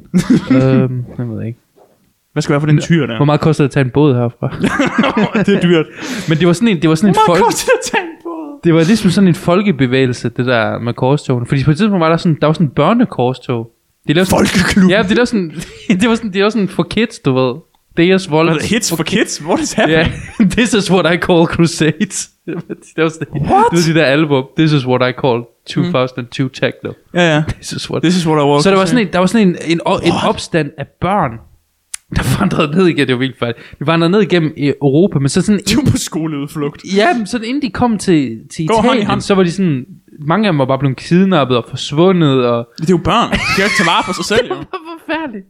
øhm, jeg ved ikke. Hvad skal være for den tyr der? Hvor meget koster det at tage en båd herfra? [LAUGHS] det er [LAUGHS] dyrt. Men det var sådan en, det var sådan en Hvor meget folk, koster det at tage en [LAUGHS] båd? det var ligesom sådan en folkebevægelse, det der med korstogene. Fordi på et tidspunkt var der sådan, der var sådan en børnekorstog. De lavede sådan, Folkeklub. [LAUGHS] ja, det var sådan, det var sådan, det var sådan for kids, du ved. Deus Volans. Hits for kids? What is happening? Yeah. [LAUGHS] This is what I call crusades. [LAUGHS] det var sådan, What? Det var det der album. This is what I call 2002 techno. Ja, ja. This is what. This is what I was så der var sådan en, der var sådan en, en, o- en opstand af børn, [LAUGHS] der vandrede ned igennem, det var vildt faktisk. De vandrede ned igennem øh, Europa, men så sådan, De var på skoleudflugt. ja, men sådan inden de kom til, til Gå hånd i hånd. Italien, så var de sådan, mange af dem var bare blevet kidnappet og forsvundet, og Det er jo børn. De kan jo ikke tage vare på sig [LAUGHS] selv, jo. [LAUGHS] det var forfærdeligt.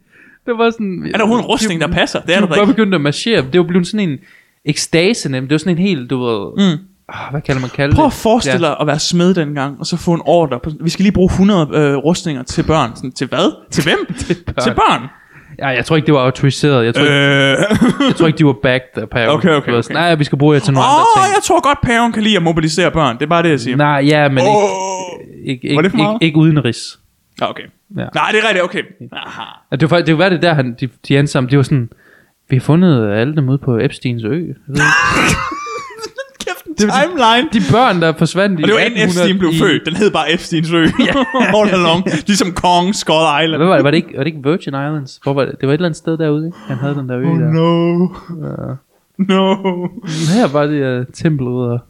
Det var sådan... Er der overhovedet en rustning, der passer? Det er de der var da bare ikke. begyndt at marchere. Det var blevet sådan en ekstase, nem. Det var sådan en helt, du ved... Mm. Ah, hvad kalder man kalde Prøv at det? forestille dig at være smed dengang, og så få en ordre. På, vi skal lige bruge 100 øh, rustninger til børn. Sådan, til hvad? Til hvem? [LAUGHS] til børn. Til børn. Ja. ja, jeg tror ikke, det var autoriseret. Jeg tror, ikke, Øh. [LAUGHS] jeg tror ikke de var backed af paven. Okay, okay, Du ved sådan, okay. Nej, vi skal bruge jer til nogle Åh, andre ting. jeg tror godt, paven kan lide at mobilisere børn. Det er bare det, jeg siger. Nej, ja, men ikke, Åh. ikke, Var det ikke, for ikke, meget? ikke udenrigs. Ja, okay. Ja. Nej, det er rigtigt, okay. Aha. Altså, Det var, det var det der, han, de, de endte sammen. Det var sådan, vi har fundet alle dem ude på Epsteins ø. Jeg ved ikke. [LAUGHS] Kæft, en timeline. De børn, der forsvandt i Og det var inden 1800 Epstein blev i- født. Den hed bare Epsteins [LAUGHS] ø. [LAUGHS] All along. Ligesom Kong, Skull Island. Hvad var det? Var det ikke, var det ikke Virgin Islands? Hvor var det? det var et eller andet sted derude, ikke? Han havde den der ø Oh der. no. No. Her var det uh, templet og...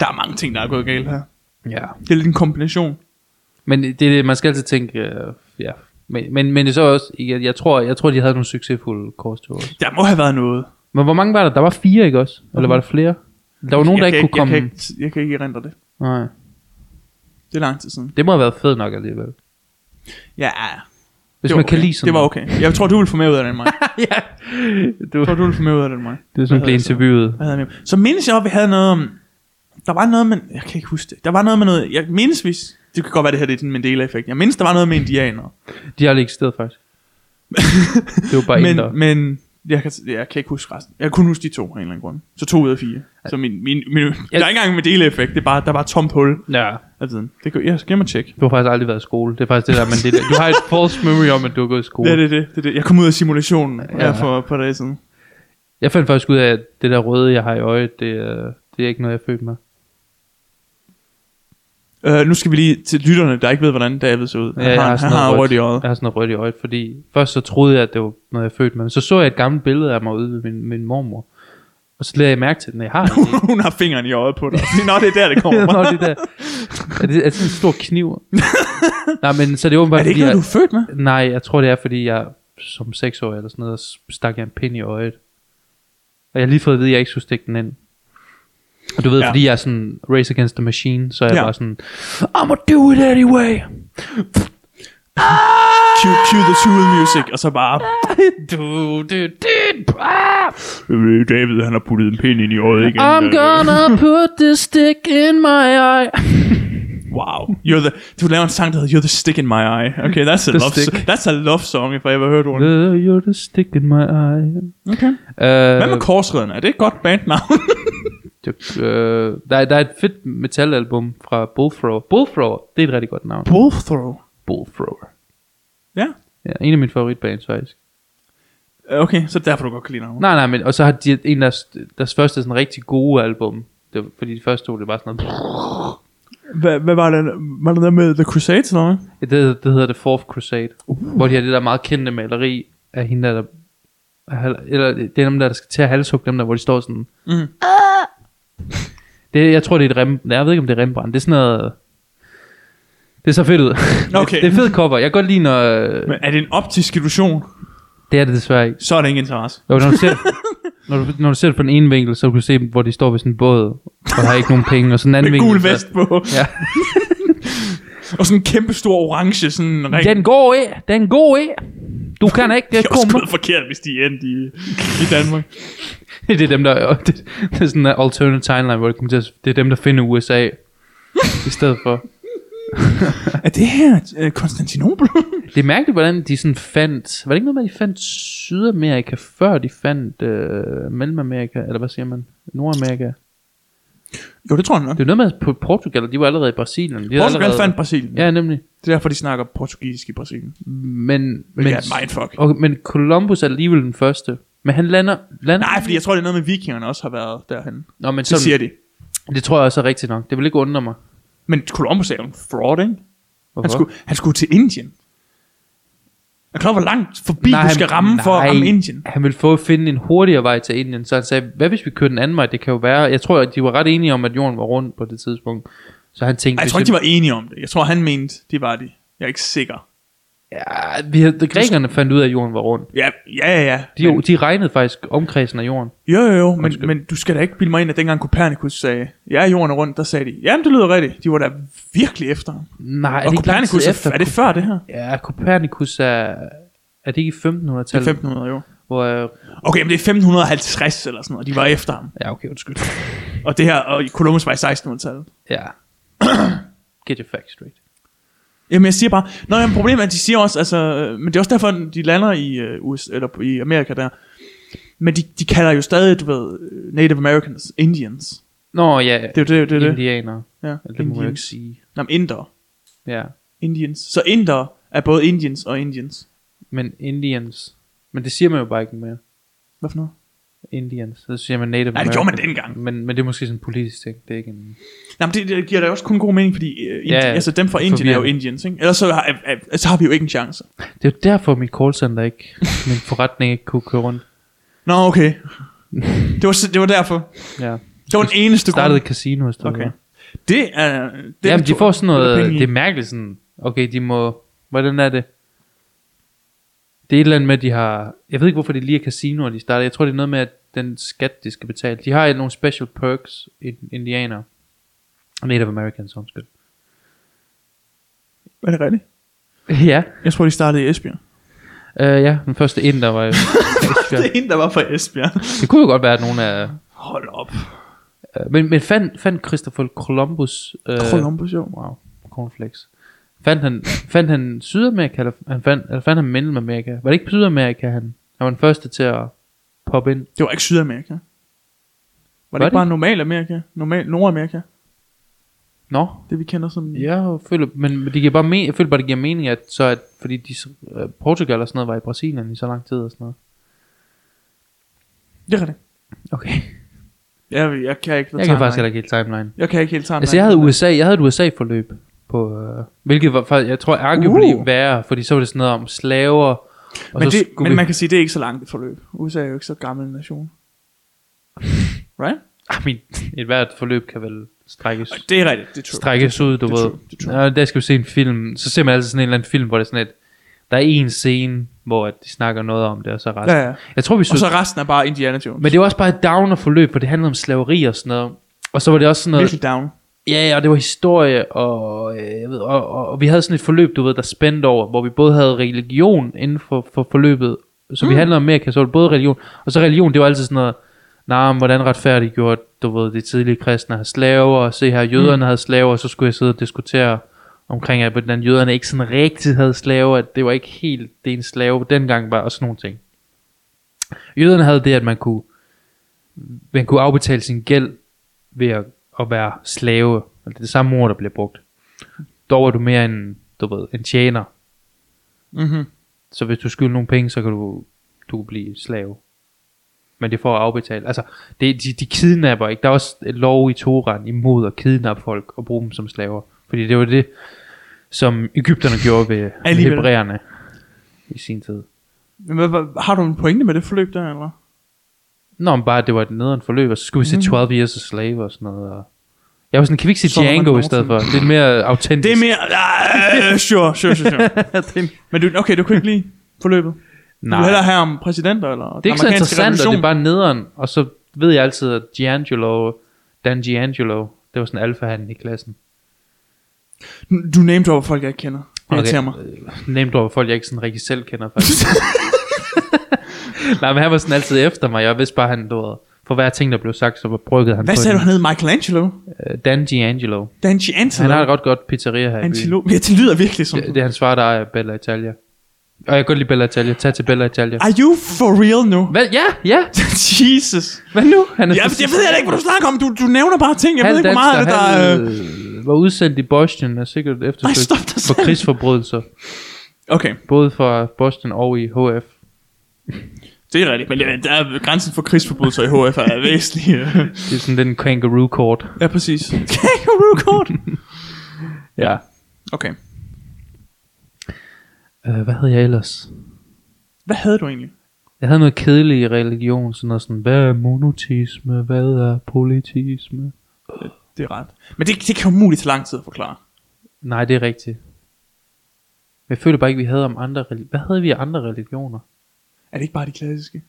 Der er mange ting, der er gået galt her. Ja. Det er lidt en kombination. Men det, er det man skal altid tænke, uh, ja. Men, men, men det er så også, jeg, jeg, tror, jeg tror, de havde nogle succesfulde korstog også. Der må have været noget. Men hvor mange var der? Der var fire, ikke også? Eller var der flere? Der var nogen, der jeg kan ikke kunne komme. Jeg kan ikke, jeg kan ikke erindre det. Nej. Det er lang tid siden. Det må have været fedt nok alligevel. Ja, Hvis det var man kan okay. lide sådan Det var okay. Jeg tror, du vil få mere ud af det end mig. Jeg [LAUGHS] ja. Du, tror, du vil få mere ud af det end mig. det er sådan blev interviewet. Hvad havde jeg nævnt? Så mindes jeg, at vi havde noget om... Der var noget med... Jeg kan ikke huske det. Der var noget med noget... Jeg mindes, hvis... Det kan godt være, det her det er sådan en Mandela-effekt. Jeg mindes, der var noget med indianere. De har aldrig eksisteret, faktisk. det var bare men, men, men jeg kan, jeg kan ikke huske resten. Jeg kunne huske de to af en eller anden grund. Så to ud af fire. Så min, min, min, der er ikke engang en Mandela-effekt. Det er bare, der var et tomt hul Ja, af tiden. Det kan, jeg skal mig tjekke. du har faktisk aldrig været i skole. Det er faktisk det der, men det der. Du har et false memory om, at du har gået i skole. Det er det, det, det, er det. Jeg kom ud af simulationen ja. her for et par dage siden. Jeg fandt faktisk ud af, at det der røde, jeg har i øjet, det, er- det er ikke noget, jeg er født med. Uh, nu skal vi lige til lytterne, der ikke ved, hvordan David ser ud. Han har, han har rødt i øjet. Jeg har sådan noget rødt i øjet, fordi først så troede jeg, at det var noget, jeg er født med. Men så så jeg et gammelt billede af mig ude ved min, min mormor. Og så lagde jeg mærke til den, at jeg [LAUGHS] har det. ikke. Hun har fingeren i øjet på dig. Nå, det er der, det kommer Nå, fra. det der. Er det, er det sådan en stor [LAUGHS] kniv? Nej, men så er det åbenbart, Er det ikke fordi noget, du er født med? jeg, Nej, jeg tror, det er, fordi jeg som seksårig eller sådan noget, der stak jeg en pind i øjet. Og jeg har lige fået at vide, at jeg ikke skulle stikke den ind. Og du ved, Ja. ja. fordi jeg er sådan race against the machine, så er jeg Ja. ja. bare sådan, I'ma do it anyway. Cue, cue the tool music, og så bare... Du, du, du, ah. Øh, David, han har puttet en pind ind i øjet igen. I'm Øh, gonna put this stick in my eye. Wow. You're the, du laver en sang, der hedder You're the stick in my eye. Okay, that's a, The love, stick. so- that's a love song, if I ever heard one. Uh, you're the stick in my eye. Okay. Hvad Uh, med Korsreden? Er det et godt [LAUGHS] bandnavn? uh, der, der er et fedt metalalbum fra Bullthrower. Bullthrower, det er et rigtig godt navn. Bullthrow. Bullthrower. Ja. Ja, en af mine favoritbands faktisk. Øh, Okay, så derfor du godt kan lide navnet. Nej, nej, men, og så har de et- en af deres, deres første sådan rigtig gode album. Det var, fordi de første to, det var sådan noget. Hvad, hvad var det, var det der med The Crusades eller hvad? Det, det hedder The Fourth Crusade. Uh. Hvor de har det der meget kendte maleri af hende, der... af hal- Eller det er dem der, der skal til at halshugge dem der, hvor de står sådan... Mm. Det, jeg tror, det er et rem... Nej, jeg ved ikke, om det er Rembrandt. Det er sådan noget... Det er så fedt ud. [LAUGHS] Okay. det er fedt cover. Jeg kan godt lide, når... Men er det en optisk illusion? Det er det desværre ikke. Så er det ingen interesse. Jo, når du ser, når du, når du ser det fra den ene vinkel, så kan du se, hvor de står ved sådan en båd, og har ikke nogen penge, og sådan en anden Med vinkel. gul så- vest på. Ja. Og sådan en kæmpe stor orange, sådan en ring. Den går ikke, den går ikke. Du kan ikke Det er også komme. gået forkert, hvis de endte i, i Danmark. [LAUGHS] det er dem, der... [LAUGHS] Det, det er sådan en alternative timeline, hvor det, kommer til at, det er dem, der finder USA i stedet [LAUGHS] for. [LAUGHS] er det her øh, Konstantinopel? Det er mærkeligt, hvordan de sådan fandt... Var det ikke noget med, at de fandt Sydamerika, før de fandt øh, Mellemamerika, eller hvad siger man? Nordamerika. [LAUGHS] jo, det tror jeg nok. Det er noget med, at på Portugal, de var allerede i Brasilien. De havde Portugal allerede, fandt Brasilien. Ja, nemlig. Det er derfor, de snakker portugisisk i Brasilien. Men, Men, men, ja, mindfuck. og, men Columbus er alligevel den første. Men han lander... lander Nej, fordi jeg tror, det er noget med vikingerne også har været derhen. Det Nå, men Sådan. siger sådan, de. det tror jeg også er rigtigt nok. Det vil ikke undre mig. Men Columbus er jo en fraud, ikke? Hvorfor? Han skulle, han skulle til Indien. Er du klar, hvor langt forbi Nej, nej, du skal ramme nej. for at ramme Indien? Han ville få at finde en hurtigere vej til Indien, så han sagde, hvad hvis vi kører den anden vej? Det kan jo være, jeg tror, at de var ret enige om, at jorden var rund på det tidspunkt. Så han tænkte, Ej, jeg tror ikke, de var enige om det. Jeg tror, han mente, det var de. Jeg er ikke sikker. var... ja, vi havde, grækerne fandt ud af, at jorden var rund. Ja, ja, ja. ja. De, jo, de regnede faktisk omkredsen af jorden. Jo, jo, jo, men, Undskyld. men du skal da ikke bilde mig ind, at dengang Copernicus sagde, ja, jorden er rundt, der sagde de, jamen det lyder rigtigt, de var da virkelig efter. ham. Nej, er det Og ikke lang tid Copernicus, er, efter, efter? er det før det her? Ja, Copernicus er... Er det ikke i Det er 1500-tallet? 1500, jo. Hvor, øh, Okay, men det er 1550 eller sådan noget, de var efter ham. ja, okay, undskyld. Og det her, og Columbus var i 1600-tallet. [COUGHS] Ja. Get your facts straight. Jamen jeg siger bare, Nå, jamen, problemet er, at de siger også, altså, øh, men det er også derfor, de lander i, øh, US, eller på- i Amerika der. Men de, de kalder jo stadig, du ved, øh, Native Americans, Indians. Nå ja, Det er jo det, det, er det. indianer. Ja, Det må jeg jo ikke Indians. sige. Nå, inder. Ja, Indians. Så inder er både Indians og Indians. men indians. Men det siger man jo bare ikke mere. Hvad for noget? Indians. Så siger man native Nej, det American. gjorde man dengang. Men, men det er måske sådan en politisk ting. Det er ikke en... Nej, men det, det giver da også kun god mening, fordi øh, Indi- Ja, ja, ja. altså, dem fra Indien er jo Forvirrende. Indians, ikke? Ellers så har, er, er, så har vi jo ikke en chance. Det er jo derfor, mit callcenter [LAUGHS] ikke, min forretning ikke kunne køre rundt. Nå, [LAUGHS] okay. det, var, s- det var derfor. Ja. Det var den eneste Startede grund. et casino i stedet. Okay. Okay. Det er... Det Jamen, de får sådan noget, det Det er mærkeligt sådan, okay, de må, hvordan er det? Det er et eller andet med, at de har, jeg ved ikke, hvorfor det lige er casinoer, de starter. Jeg tror, det er noget med, at den skat, de skal betale. De har nogle special perks, in- indianer. Native Americans, omskyld. er det rigtigt? ja, Jeg tror, de startede i Esbjerg. øh, ja, den første ind, der var jo. Det er en, der var fra Esbjerg. det kunne jo godt være, at nogen af, Hold op. øh, men, men fandt, fandt Christopher Columbus, øh, Columbus, jo. wow, cornflakes. Fandt han, fandt han Sydamerika, eller han fandt, eller fandt han Mellemamerika? Var det ikke Sydamerika, han, han var den første til at poppe ind? Det var ikke Sydamerika. Var det Var ikke det? bare normal Amerika? Normal Nordamerika? Nå, Det vi kender som... jeg føler, men men det giver bare men, jeg føler bare, det giver mening, at, så at fordi de, s- øh, Portugal og sådan noget var i Brasilien i så lang tid og sådan noget. Det er rigtigt. Okay. Jeg, jeg kan ikke... Jeg kan faktisk heller ikke helt timeline. Jeg kan ikke helt sammen. Altså jeg havde USA, jeg havde et USA-forløb på, øh, hvilket var faktisk, jeg tror, arguably uh. Uh. værre, fordi så var det sådan noget om slaver, og Men, så det, skulle men vi... man kan sige, det er ikke så langt et forløb. USA er jo ikke så gammel en nation. [LAUGHS] Right? Ah, min, et hvert forløb kan vel strækkes. Det er rigtigt. Det er true. strækkes ud, du Det tror- det ved. tror Ja, der skal vi se en film. Så ser man altid sådan en eller anden film, hvor det er sådan et, der er en scene, hvor at de snakker noget om det, og så resten. Ja, ja. Jeg tror, vi Og så, så resten er bare Indiana Jones. men det var også bare et downer forløb, for det handlede om slaveri og sådan noget. Og så var det også sådan noget, Virkelig down. ja, ja, og det var historie, og, øh, jeg ved, og, og, og, vi havde sådan et forløb, du ved, der spændte over, hvor vi både havde religion inden for, for forløbet, så mm. vi handlede om Amerika, så var det både religion, og så religion, det var altid sådan noget, nej, nah, hvordan retfærdiggjort, du ved, de tidlige kristne har slaver, og se her, jøderne mm. havde slaver, og så skulle jeg sidde og diskutere omkring, at hvordan jøderne ikke sådan rigtig havde slaver, at det var ikke helt det en slave dengang var, og sådan nogle ting. Jøderne havde det, at man kunne, man kunne afbetale sin gæld ved at, at være slave. Og Det er det samme ord, der bliver brugt. Dog er du mere en, du ved, en tjener. Mm-hmm. Så hvis du skylder nogle penge, så kan du, du kan blive slave. Men det får at afbetale. Altså, det, de, de kidnapper ikke. Der er også et lov i Toran imod at kidnappe folk og bruge dem som slaver. Fordi det var det, som Ægypterne gjorde ved Alligevel. hebræerne i sin tid. Men hvad, hvad, har du en pointe med det forløb der, eller? Nå, men bare at det var et nederen forløb, og så skulle vi Mm. se 12 Years a Slave og sådan noget. Og jeg var sådan, kan vi ikke se Så var man Django i nogensinde- stedet for? Lidt mere autentisk. Det er [LAUGHS] mere... Uh, sure, sure, sure, sure. [LAUGHS] mere... [LAUGHS] Men du, okay, du kunne ikke lide forløbet? Nej. Du Nej. vil hellere have om præsidenter, eller? Det er ikke så interessant, og det er bare... bare nederen. Og så ved jeg altid, at D'Angelo, Dan D'Angelo, det var sådan alfahanden i klassen. Du name folk, jeg ikke kender. Det okay. irriterer mig. Name dropper folk, jeg ikke sådan rigtig selv kender [LAUGHS] faktisk. Nej, men han var sådan altid efter mig. Jeg vidste bare, han du ved, for hver ting, der blev sagt, så bryggede han Hvad på sagde du, den. han hed Michelangelo? Øh, Dan D'Angelo. Danci Han Antelo? har et ret godt pizzeria her i byen. Antilo? Ja, det lyder virkelig som... Det, det er hans far, der er Bella Italia. Og jeg kan godt lide Bella Italia. Tag til Bella Italia. Are you for real nu? Hvad? Ja, ja. [LAUGHS] Jesus. Hvad nu? Han er Jeg, jeg ved heller ikke, hvad du snakker om. Du, du nævner bare ting. Jeg ved ikke, hvor meget af det, der... Han Øh... øh, var udsendt i Boston, og sikkert eftersøgt stop dig for selv. krigsforbrydelser. øh, Okay, Både fra Boston og i HF. det er rigtigt. Men ja, der er grænsen for krigsforbrydelser i HF er væsentlig. øh. Det er sådan den kangaroo court. ja, [LAUGHS] præcis. Kangaroo court. Ja. Okay. Øh, hvad havde jeg ellers? Hvad havde du egentlig? Jeg havde noget kedeligt i religion, sådan noget sådan, hvad er monoteisme, hvad er politisme? Det er ret. Men det, det kan jo muligt tage lang tid at forklare. Nej, det er rigtigt. Men Jeg føler bare ikke, vi havde om andre religioner. Hvad havde vi af andre religioner? Er det ikke bare de klassiske?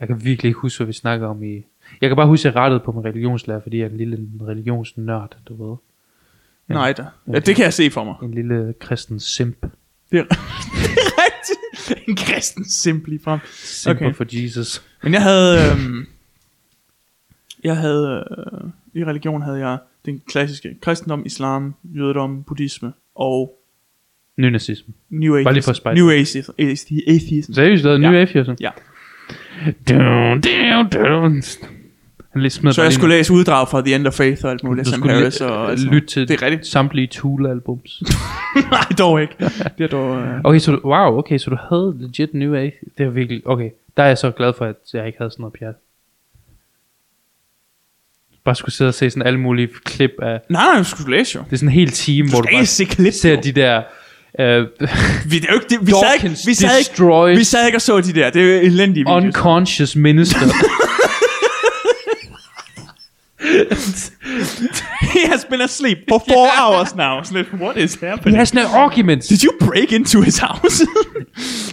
Jeg kan virkelig ikke huske, hvad vi snakker om i... Jeg kan bare huske, at jeg rettede på min religionslærer, fordi jeg er en lille religionsnørd, du ved. Ja. Ja. Nej da. Ja, det kan jeg se for mig. En lille kristen simp. Det er [LAUGHS] det er rigtigt. En kristen simpel frem. Simper Okay. okay. for Jesus. Men jeg havde... Øhm, jeg havde... Øh, I religion havde jeg den klassiske kristendom, islam, jødedom, buddhisme og Nynazisme. New Atheism. Bare lige for at spejle. New Atheism. athe- atheism. Seriøst, lavede Ja. ja. nye Atheism? Ja. Dun, dun, dun. Han lige smed Så bare jeg lige skulle læse uddrag fra The End of Faith og alt muligt. Du Sam skulle Harris lyt- og, og lytte til Det er rigtigt. [LAUGHS] samtlige Tool-albums. Nej, dog [LAUGHS] ikke. Det er dog... Øh, Okay, så du, wow, okay, så du havde legit New Age. Det er virkelig, okay, der er jeg så glad for, at jeg ikke havde sådan noget pjat. Bare skulle sidde og se sådan alle mulige klip af, nej, nej, du skulle læse jo. det er sådan en hel time, hvor Du du skal bare ikke se klip. ser jo. de der, øh, Vi, det er jo ikke, det, vi, sad ikke, Dawkins vi, sad ikke, destroys vi sad ikke og så de der. Det er jo elendige videoer. [LAUGHS] unconscious minister. He has been asleep for four [LAUGHS] hours now. Sådan lidt, what is He happening? has no arguments. Did you break into his house? [LAUGHS]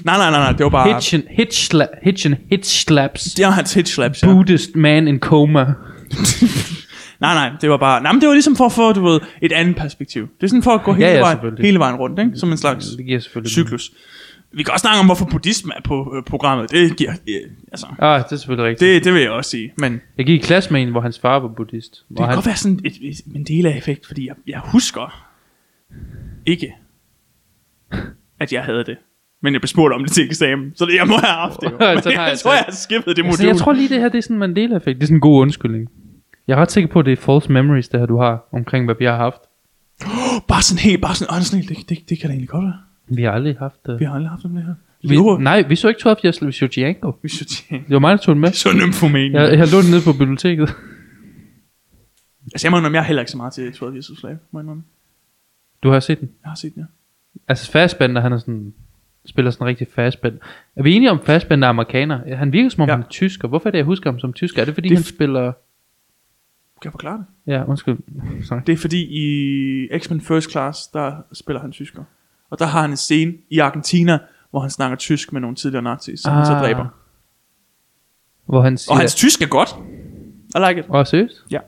nej, nej, nej, nej, det var bare... Hitch and hitch, sla- hitch, and hitch slaps. Det var hans hitch slaps, ja. Buddhist man in coma. [LAUGHS] Nej, nej, det var bare... Nej, men det var ligesom for at få, du ved, et andet perspektiv. Det er sådan for at gå hele, Ja, ja, vejen, selvfølgelig. hele vejen rundt, ikke? Som en slags Det giver selvfølgelig cyklus. Vi kan også snakke om, hvorfor buddhisme er på øh, programmet. Det giver... Øh, altså, Ah, det er selvfølgelig rigtigt. det, det vil jeg også sige, men... Jeg gik i klasse med en, hvor hans far var buddhist. Det kan godt være sådan et, et Mandela-effekt, fordi jeg, jeg husker ikke, at jeg havde det. Men jeg blev spurgt om det til eksamen, så det, jeg må have [LAUGHS] haft det. Jo. Men Sådan har jeg jeg tror, jeg det. har skippet det modul. Altså, jeg tror lige, det her det er sådan en Mandela-effekt. Det er sådan en god undskyldning. Jeg er ret sikker på, at det er false memories, det her du har omkring, hvad vi har haft. Bare sådan helt, bare sådan, åh, sådan helt, det, det, det kan da egentlig godt være. Vi har aldrig haft det. Vi har aldrig haft dem det her. Vi, Lever. nej, vi så ikke 12 Years Slave, vi så Django. Vi så tjene. Det var mig, der tog den med. Så nymfomen. Jeg, Ja. jeg lå den nede på biblioteket. Altså, jeg må indrømme, jeg er heller ikke så meget til 12 Jesus Slave, må jeg indrømme. Du har set den. Jeg har set den, ja. Altså Fassbender, han er sådan, spiller sådan rigtig Fassbender. Er vi enige om, at Fassbender er amerikaner? Han virker som om, Ja. ja. han er tysker. Hvorfor er det, jeg husker ham som tysker? Er det, fordi Det er det han spiller... Kan jeg forklare det? Ja, undskyld. Sorry. Det er fordi i X-Men First Class, der spiller han tysker. Og der har han en scene i Argentina, hvor han snakker tysk med nogle tidligere nazis, som ah. han så Ah. dræber. Hvor han siger... Og hans tysk er godt. I like it. Åh, seriøst? Ja.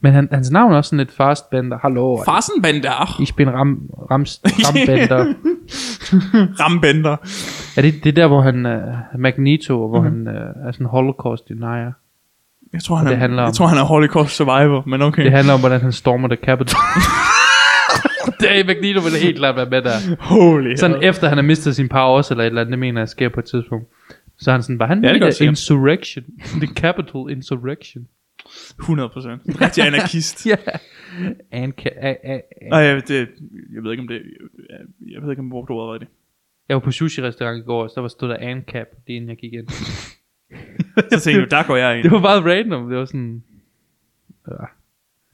Men han, hans navn er også sådan lidt Fassbender. Hallo. Farsenbender. Ich bin Ram, [LAUGHS] Rams, Rambender. Rambender. er det, det er der, hvor han er uh, Magneto, hvor Mhm. mm-hmm. han uh, er sådan holocaust denier? Jeg tror, han Det er, handler om- jeg tror, han er Holocaust Survivor, men okay. Det handler om, hvordan han stormer The [LAUGHS] Capitol. det er Magneto, vil helt klart være med der. Holy Sådan hell. efter han har mistet sin powers eller et eller andet, det mener jeg sker på et tidspunkt. Så er han sådan, var han Ja, med det i kan jeg det se. insurrection? [LAUGHS] The capital insurrection. 100 procent. Rigtig [LAUGHS] anarkist. Ja. And ca- a- a- a- Nej, jeg, det, jeg ved ikke, om det... Jeg, jeg ved ikke, om jeg brugte ordet rigtigt. [LAUGHS] jeg var på sushi-restaurant i går, og så var stod der ANCAP, det inden jeg gik [LAUGHS] ind. Så tænkte jeg, der går jeg Det ind. var bare random, det var sådan... Øh,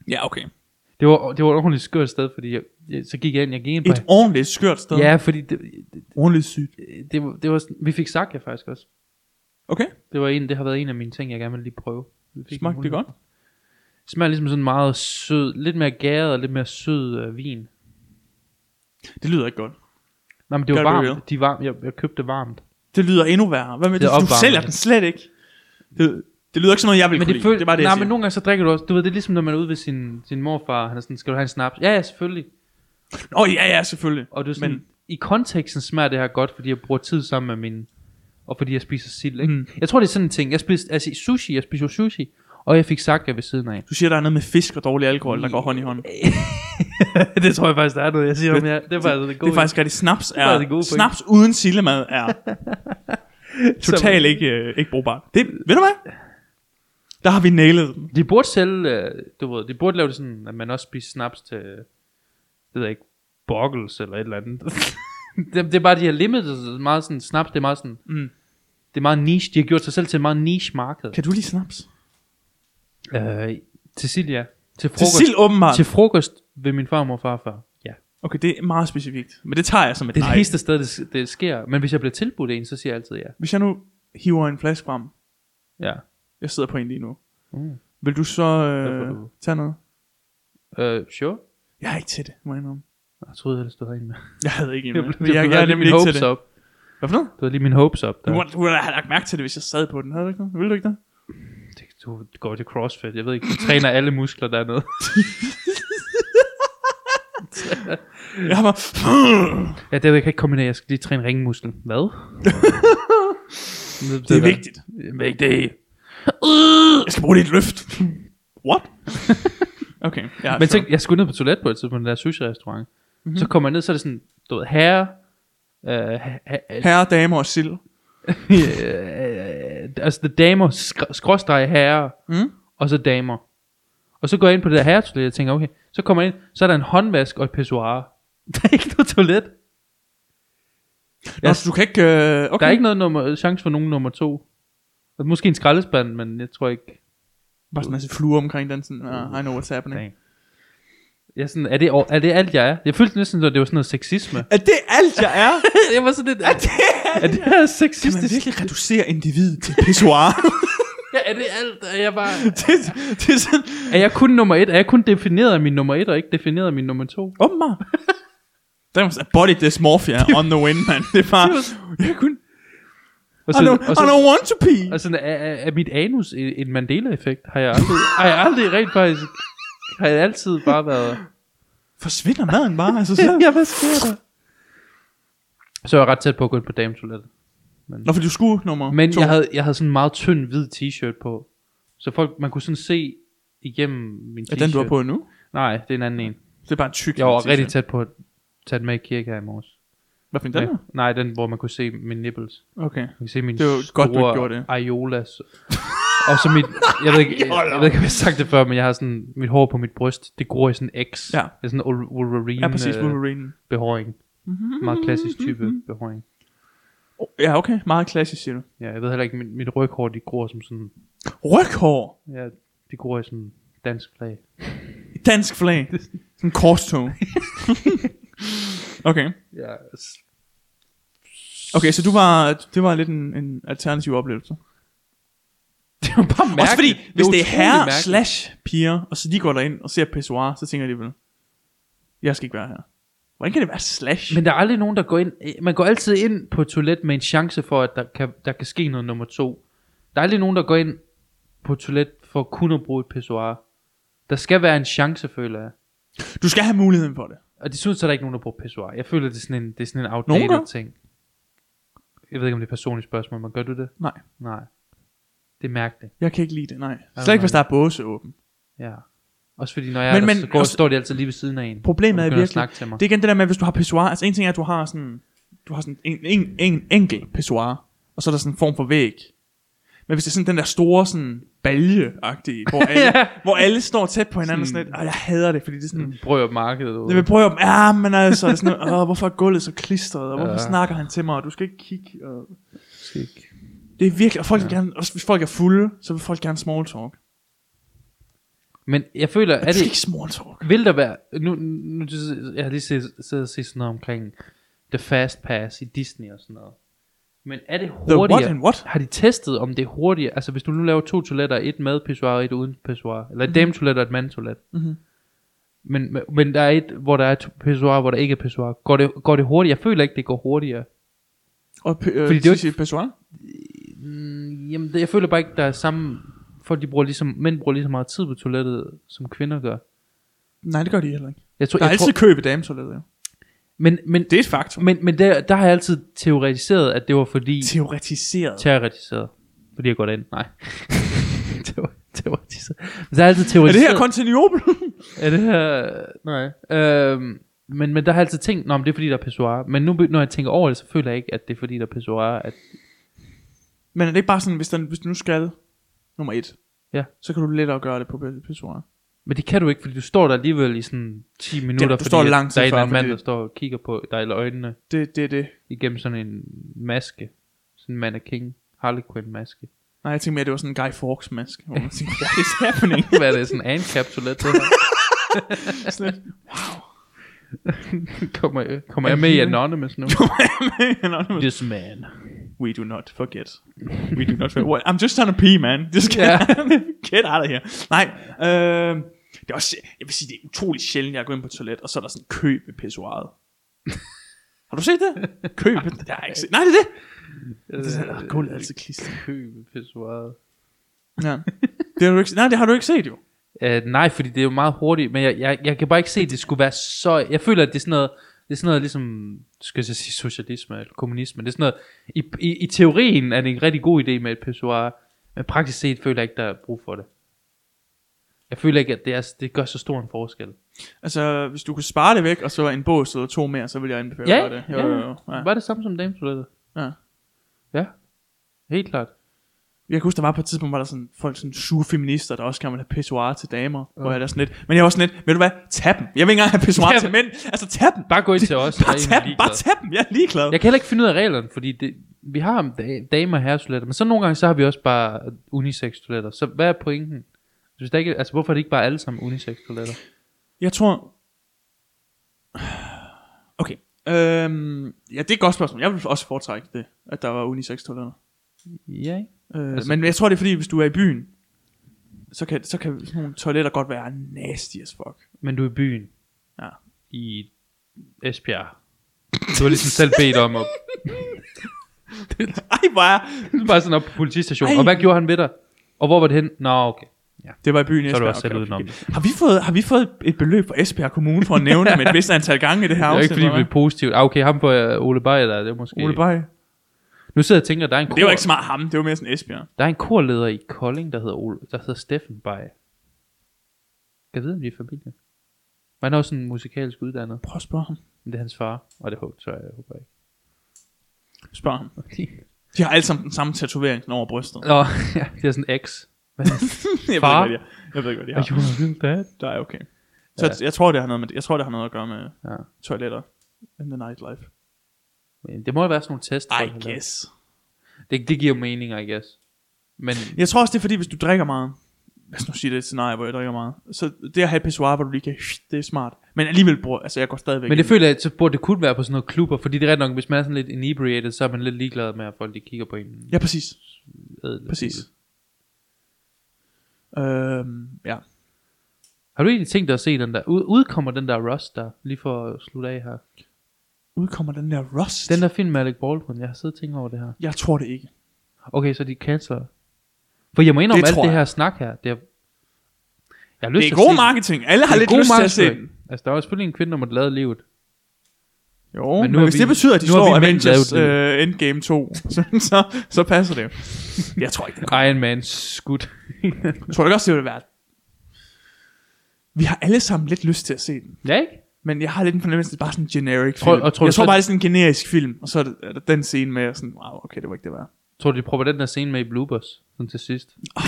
Ja, okay. Det var, det var et ordentligt skørt sted, fordi jeg, jeg, så gik jeg ind, jeg gik ind på... Et ordentligt skørt sted. ja, fordi det, det, Ordentligt sygt. det, var, det var sådan, vi fik sagt faktisk også. Okay, Det, var en, det har været en af mine ting, jeg gerne vil lige prøve. Vi fik en smagte det mulighed. godt? Smager ligesom sådan meget sød, lidt mere gæret og lidt mere sød øh, vin. Det lyder ikke godt. Nej, men det var Gør det real. varmt. De var, jeg, jeg købte det varmt. Det lyder endnu værre. Hvad med Det det? er Du opvarmende. sælger den slet ikke. Det, det lyder ikke som noget, jeg vil Men kunne det, lide. Det er bare det, jeg nej, siger. men nogle gange så drikker du også. Du ved, det er ligesom, når man er ude ved sin, sin morfar. Han er sådan, skal du have en snaps? Ja, ja, selvfølgelig. Åh, oh, ja, ja, selvfølgelig. Og du er sådan, Men- men... i konteksten smager det her godt, fordi jeg bruger tid sammen med min... Og fordi jeg spiser sild, ikke? Mm. Mm. Jeg tror, det er sådan en ting. Jeg spiste, altså i sushi, jeg spiser jo sushi. Og jeg fik sagt, jeg ved siden af. Du siger, der er noget med fisk og dårlig alkohol, der går hånd i hånd. [LAUGHS] det tror jeg faktisk, der er noget, jeg siger Det- om jer. Det var altså det Det gode. er faktisk rigtigt. Snaps, er det er, gode point. snaps uden sillemad [LAUGHS] er totalt ikke, øh, ikke brugbart. Det, ved du hvad? Der har vi nailet den. De burde sælge, øh, du ved, de burde lave det sådan, at man også spiser snaps til, øh, det ved jeg ikke, boggles eller et eller andet. [LAUGHS] det, det, er bare, de har limited så meget sådan, snaps, det er meget sådan, Mm. det er meget niche, de har gjort sig selv til et meget niche marked. Kan du lide snaps? Øh, til sild, ja. Til frokost, Til sild åbenbart. til frokost ved min farmor og farfar. Ja. Okay, det er meget specifikt. Men det tager jeg som et Det er nej. det eneste sted, det, det sker. Men hvis jeg bliver tilbudt en, så siger jeg altid ja. Hvis jeg nu hiver en flaske frem, Ja. jeg sidder på en lige nu, Mm. vil du så Hvad får øh, du? tage noget? Uh, sure. Jeg er ikke til det, må jeg indrømme. Jeg troede ellers, du havde en med. Jeg havde ikke en med. [LAUGHS] Du Jeg, jeg, havde jeg er lige nemlig mine ikke til hopes det. Op. Hvad for noget? Du havde lige min hopes op. Du Der. må, du må da have lagt mærke til det, hvis jeg sad på den. Havde du ikke noget? Ville du ikke det? Det- Du går til crossfit. Jeg ved ikke, du træner alle muskler dernede. Jeg var... Ja, det ved jeg kan ikke kombinere. Jeg skal lige træne ringmusklen. [LAUGHS] Hvad? Det er vigtigt. Det er vigtigt. Jeg skal bruge dit løft. What? Okay, ja, Men sure. tænk, jeg skulle ned på toilet på et tidspunkt, i den der sushi-restaurant. Mm-hmm. Så kommer jeg ned, så er det sådan, du ved, herre, øh, ha- ha- Herre, damer og sild. øh, altså det er damer, skr- skråstreg herrer, Mm. og så damer. Og så går jeg ind på det der herretoilet, og tænker, okay, så kommer jeg ind, så er der en håndvask og et pissoir. [LAUGHS] Der er ikke noget toilet. Nå, Jeg- så du kan ikke... Øh, okay. Der er ikke noget nummer, chance for nogen nummer to. Og Måske en skraldespand, men jeg tror ikke. Bare sådan en masse fluer omkring den, sådan, uh, I know what's happening. Dang. Jeg er, sådan, er, det, o- er det alt, jeg er? Jeg følte næsten, at det var sådan noget sexisme. Er det alt, jeg er? [LAUGHS] jeg var sådan lidt, er det, er det her kan man sexistisk? virkelig reducere individet til [LAUGHS] pissoir? Ja, er det alt? Er jeg, bare, det, det er sådan... er jeg kun nummer et? Er jeg kun defineret af min nummer et, og ikke defineret af min nummer to? Åbenbart. Der er sådan, body dysmorphia on the wind, man. Det er bare... Jeg kunne... Og I don't, I don't want to pee. Og sådan, er, er, er mit anus en en Mandela-effekt? Har jeg aldrig, har jeg aldrig rent faktisk... Har jeg altid bare været... Forsvinder maden bare altså selv? [LAUGHS] ja, hvad sker der? Så var jeg ret tæt på at gå ind på dametoilettet. Nå, fordi du skulle nummer Men to. jeg havde, jeg havde sådan en meget tynd hvid t-shirt på. Så folk, man kunne sådan se igennem min Er t-shirt. den, du har på nu? Nej, det er en anden en. Det er bare en tyk Jeg var t-shirt. rigtig tæt på at tage den med i kirke her i morges. Hvad for en den Nej, her? Nej, den, hvor man kunne se mine nipples. Okay. Man kunne se mine Det var store godt, du ikke gjorde det. areolas. og så [LAUGHS] mit, jeg ved ikke, jeg, jeg ved ikke, om jeg har sagt det før, men jeg har sådan, mit hår på mit bryst, det gror i sådan en X. Ja. Det er sådan en Ul- Wolverine, Ja, præcis, øh, Wolverine. Mm-hmm. behåring. Meget klassisk type behåring. Oh, Ja, okay. Meget klassisk, siger du. Ja, jeg ved heller ikke, mit, mit ryghår, de gror som sådan, Ryghår. ja, de gror i sådan dansk flag. Dansk [LAUGHS] flag. Sådan en korstog. okay. Ja, s- Okay, så du var, det var lidt en, en alternativ oplevelse. [LAUGHS] det var bare mærkeligt. Også fordi, hvis det er utrolig herre mærkeligt. slash piger, og så de går derind og ser pissoir, så tænker de vel, jeg skal ikke være her. Hvordan kan det være slash? Men der er aldrig nogen, der går ind... øh, Man går altid ind på et toilet med en chance for, at der kan, der kan ske noget nummer to. Der er aldrig nogen, der går ind på et toilet for kun at bruge et pissoir. Der skal være en chance, føler jeg. Du skal have muligheden for det. Og det synes, at der er ikke nogen, der bruger pissoir. Jeg føler, det er sådan en, det er sådan en Nogen gør. outdated ting. Jeg ved ikke, om det er et personligt spørgsmål, men gør du det? Nej, Nej. Det er mærkeligt, jeg kan ikke lide det, nej. Slet nej. ikke, hvis der er båse åben. ja. Også fordi, når jeg Men- men, er men der, så går, også- også, står de altid lige ved siden af en. Problemet og er begynder at virkelig- snakke til mig. Det er igen det der med, hvis du har pissoir, altså en ting er, at du har sådan, du har sådan en, en, en enkelt pissoir, og så er der sådan en form for væg. Men hvis det er sådan den der store sådan balje-agtige, [LAUGHS] hvor alle, Ja. Mm. hvor alle står tæt på hinanden og sådan lidt, og jeg hader det, fordi det er sådan, Det brød markedet. Jeg vil prøve at... Ja, men altså, det er sådan, noget, Åh, hvorfor er gulvet så klistret, og hvorfor ja. Ja. snakker han til mig, og du skal ikke kigge. Og... Skik. Det er virkelig... Og folk ja. gerne, også hvis folk er fulde, så vil folk gerne small talk. Men jeg føler, er Er det det, ikke small talk? Vil der være, nu, nu jeg har lige set- siddet og set sådan noget omkring The Fast Pass i Disney og sådan noget. Men er det The what hurtigere? and what? Har de testet, om det er hurtigere? Altså hvis du nu laver to toiletter, et med pissoir og et uden pissoir, eller et dametoilet og et mandtoilet. Mhm. Men, men- men der er et, hvor der er et pissoir, hvor der ikke er pissoir. Går det, går det hurtigere? Jeg føler ikke, det går hurtigere. Og p- øh, Fordi det er jo Sissi Pessoa? Mm, Jamen, det, jeg føler bare ikke, der er samme... Folk, de bruger ligesom, mænd bruger lige så meget tid på toilettet, som kvinder gør. Nej, det gør de heller ikke. Jeg tror, Der er jeg altid tror, kø ved dametoilettet, jo. men, men, Det er et faktum. Men, men der, der har jeg altid teoretiseret, at det var fordi... Teoretiseret. Teoretiseret. Fordi jeg går derind. [LAUGHS] Nej. [LAUGHS] Teo- teoretiseret. Men der har jeg altid Er det teoretiseret... her kontinuobel? Er det her... Nej. Øhm, men, men der har jeg altid tænkt, Nå, men det er fordi, der er pissoir. Men nu, be- når jeg tænker over det, så føler jeg ikke, at det er fordi, der er pissoir. At... [LAUGHS] men er det ikke bare sådan, hvis, den, hvis du nu skal nummer et, Ja. så kan du lettere gøre det på Pessoa. Men det kan du ikke, fordi du står der alligevel i sådan 10 minutter, du fordi står at lang tid der er en eller før, anden mand, fordi- der står og kigger på dig i øjnene Det, det er det. igennem sådan en maske. Sådan en mannequin. Harley Quinn maske. Nej, jeg tænkte mere, det var sådan en Guy Fawkes-mask, hvor man tænker, what [LAUGHS] is happening? [LAUGHS] [LAUGHS] Hvad er det? Sådan en ankapsulet? Sådan lidt, wow. kommer, jeg- kommer jeg med i Anonymous nu? Anonymous. This man. We do not forget. We do not forget. What? I'm just trying to pee, man. [LAUGHS] Just get, Ja. get out of here. Nej, øh, det er også, jeg vil sige, det er utrolig sjældent, jeg går ind på toilet, og så er der sådan en kø ved [LAUGHS] pissoiret. Har du set det? Kø ved, det har jeg ikke set. Nej, det er det. Det er sådan, åh, gulvet er altid klistret. Købe pissoiret. Ja. Det har du ikke, nej, det har du ikke set jo. Uh, nej, fordi det er jo meget hurtigt, men jeg, jeg, jeg kan bare ikke se, at det skulle være så... Jeg føler, at det er sådan noget, det er sådan noget ligesom, skal jeg så sige socialisme eller kommunisme, det er sådan noget, i, i, i teorien er det en rigtig god idé med et pissoir, men praktisk set føler jeg ikke, der er brug for det. Jeg føler ikke, at det, er, det gør så stor en forskel. Altså, hvis du kunne spare det væk, og så en bås og to mere, så ville jeg anbefale Ja, dig det. ja. ja. Ja. Var det samme som dametoilettet? Ja. Ja, helt klart. Jeg kan huske, der var på et tidspunkt, var der sådan folk, sådan sure feminister, der også gerne ville have pissoir til damer. Ja. Hvor jeg er der sådan lidt, men jeg er også sådan lidt, ved du hvad, tag dem. Jeg vil ikke engang have pissoir Tag til dem. mænd. Altså, tag dem. Bare gå ind til [LAUGHS] os. Bare tag dem, bare tag dem. Jeg er ligeglad. Jeg kan heller ikke finde ud af reglerne, fordi det, vi har da- damer og herresoletter, men så nogle gange, så har vi også bare unisex toiletter. Så hvad er pointen? Hvis der ikke, altså, hvorfor er det ikke bare alle sammen unisex toiletter? Jeg tror... [SIGHS] Okay. Øhm, ja, det er et godt spørgsmål. Jeg vil også foretrække det, at der var unisex toiletter. Ja, ikke? Øh, Altså- altså, men jeg tror, det er fordi, hvis du er i byen, så kan, så kan sådan nogle toiletter godt være nasty as [LAUGHS] fuck. Men du er i byen. Ja. I Esbjerg. Du har ligesom selv bedt om at [LAUGHS] Ej, hvor er... bare sådan op på politistationen. Ej. Og hvad gjorde han ved dig? Og hvor var det hen? Nå, okay. Det var i byen i Så er du Esbjerg. også selv udenom Har vi, fået, har vi fået et beløb fra Esbjerg Kommune for at nævne dem et vist antal gange i det her Det er jo afsnit? ikke fordi, det eller blev positivt. Ah, okay, ham på øh, Ole Bayer, der, det er måske... hvad? Ole Bay. Nu sidder jeg og tænker, der er en kor, Det var ikke så meget ham, det var mere sådan Esbjerg. der er en korleder i Kolding, der hedder, Ole, der hedder Steffen Bayer. Jeg ved, om de er familie. Men han er også sådan musikalsk uddannet. Prøv at spørge ham. Men det er hans far, og det håber, så jeg håber ikke. Spørg ham. De har alle sammen den samme tatovering sådan over brystet. [LAUGHS] Nå, [LAUGHS] ja, det er sådan en X. Men jeg, ved Far? ikke, hvad de har. jeg ved ikke, hvad de Are har. you real dad? Der er okay. Så jeg, jeg, tror, det har noget med, jeg tror, det har noget at gøre med Ja. toiletter in the nightlife. Men det må jo være sådan nogle test. I folk har lavet. guess. Det, det giver jo mening, I guess. Men Jeg tror også, det er fordi, hvis du drikker meget, lad os nu sige det er et scenarie, hvor jeg drikker meget, så det at have et pissoir, hvor du lige kan, det er smart. Men alligevel, bror, altså jeg går stadigvæk Men det ind. føler jeg, så burde det kunne være på sådan nogle klubber, fordi det er ret nok, hvis man er sådan lidt inebriated, så er man lidt ligeglad med, at folk de kigger på en. Ja, præcis. ædel. Præcis. Øhm, ja. Har du egentlig tænkt dig at se den der, ud, udkommer den der Rust der, lige for at slutte af her? Udkommer den der Rust? Den der film med Alec Baldwin, jeg har siddet og tænkt over det her. Jeg tror det ikke. Okay, så de canceler. For jeg må indrømme Det alt tror det jeg. her snak her, det er, jeg har lyst Det er til at se god den. marketing. Alle har Det er lidt god lyst til at se markedsføring. den. Altså, der er jo selvfølgelig en kvinde, der måtte lade livet. Jo, nu men, har men hvis vi- det betyder, at de nu har slår vi mænd Avengers lavet uh, Endgame 2, [LAUGHS] så, så, så passer det jo. Jeg tror ikke, det Iron Man skudt. kommer. Tror du ikke også, det ville være... Vi har alle sammen lidt lyst til at se den. [LAUGHS] ja, ikke? Men jeg har lidt en fornemmelse, det er bare sådan en generic Tror- film. og tror du jeg tror så- bare, det er sådan en generisk film. Og så er, det, er der den scene med sådan, wow, okay, det var ikke det værd. Tror du, de propper den der scene med i bloopers, sådan til sidst? [LAUGHS]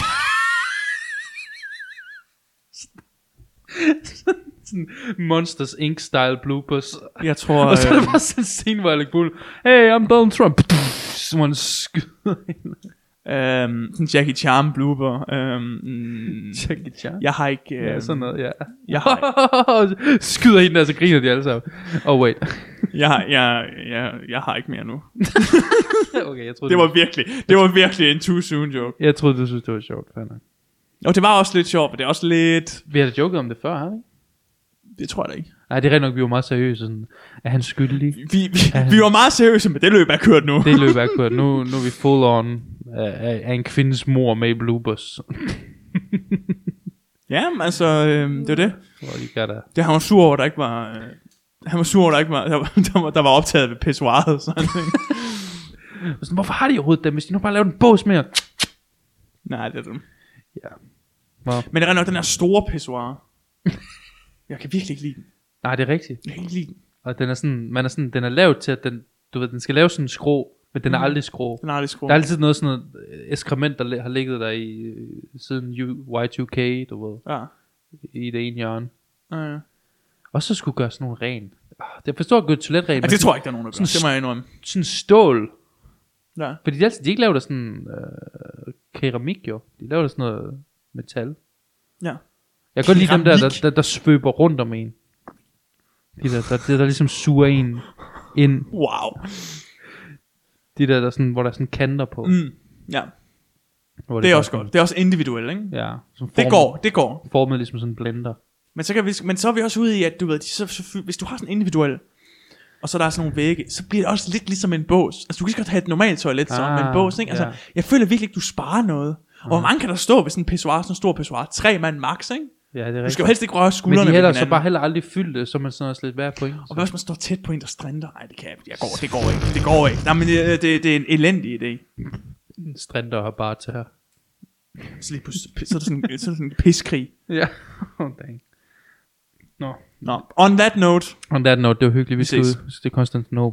sådan Monsters Inc-style bloopers. Jeg tror... [LAUGHS] Og øhm, så er øh, der bare sådan en scene, hvor Alec Bull, hey, I'm Donald Trump. [LAUGHS] Sådan skyder hende. Øhm, sådan Jackie Chan blooper. Øhm, mm, Jackie Chan. jeg har ikke... Øhm, Ja, sådan noget, ja. Jeg har, [LAUGHS] skyder hende, og så griner de alle sammen. Oh, wait. jeg, har- jeg, jeg, jeg har ikke mere nu. [LAUGHS] okay, jeg troede, Det var virkelig, det var virkelig en too soon joke. jeg troede, du synes, det var sjovt. fair nok. Og det var også lidt sjovt, men det er også lidt... Vi har da joket om det før, har vi? ikke? Det tror jeg da ikke. Nej, det er rigtig nok, vi var meget seriøse. Sådan, er han skyldig? Vi, vi, vi var meget seriøse, men det løb er kørt nu. Det løb akkurat. Nu, nu er vi full on af, af- af en kvindes mor med i bloopers. Ja, men altså, øhm, det var det. Hvor de gør der. Det han var sur over, der ikke var... Øh, han var sur over, der ikke var... Der, var- der, var, der var optaget ved pissoiret. Sådan noget. Og Sådan, hvorfor har de overhovedet dem, hvis de nu bare laver en bås mere? Nej, det er dumt. Ja. Wow. Men det er nok den her store [LAUGHS] pissoir. Jeg kan virkelig ikke lide den. Nej, det er rigtigt. Jeg kan ikke lide den. Og den er sådan, man er sådan, den er lavet til, at den, du ved, den skal lave sådan en skrå, men den er aldrig skrå. Den har aldrig skruet. Der er altid noget sådan noget øh, eskrement, der li- har ligget der i, øh, siden U- Y2K, du ved, Ja. i det ene hjørne. Ja, ja. Og så skulle gøre sådan nogle ren. Ah, Jeg forstår godt toiletren, Ja, men det tror Altså, jeg ikke, der er nogen, der gør. sådan- Det må jeg indrømme. sådan- sådan stål, Ja. Fordi de, altid, de ikke laver der sådan øh, keramik jo. De laver der sådan noget metal. Ja. Jeg kan godt lide dem der, Keramik? der, der, der svøber rundt om en. De der, der, der, der ligesom suger en ind. Wow. De der, der sådan, hvor der er sådan kanter på. Mm. Ja, Hvor det er bare også godt. Det er også individuelt, ikke? sådan- Ja. Som Det går, det går. Formet ligesom sådan en blender. Men så, kan vi, men så er vi også ude i, at du ved, de- så, så, hvis du har sådan en individuel, og så er der er sådan nogle vægge, så bliver det også lidt ligesom en bås. Altså, du kan lige så godt have et normalt toilet sammen ah, med en Ah, bås, ikke? Altså, ja. Ah. jeg føler virkelig ikke, du sparer noget. Og hvor mange kan der stå ved sådan en pissoir, sådan en stor pissoir? Tre mand max, ikke? Ja, det er Du skal jo rigtigt. helst ikke røre Men skuldrene de ved heller hinanden. så bare heller aldrig fyldt det, så er man sådan også lidt værd point. Og hvad hvis man står tæt på en, der strænder? Nej, det kan jeg, ikke. jeg går, det går ikke. Det går ikke. Nej, men det, det, det er en elendig idé. Strænder og bare til her. Så, lige pludselig- så er det sådan, så er det sådan en piskrig. [LAUGHS] Ja. oh, dang. Nå. Nå, on that note. On that note, det var hyggeligt. Vi Vi skal ses. ud til Konstantinopel.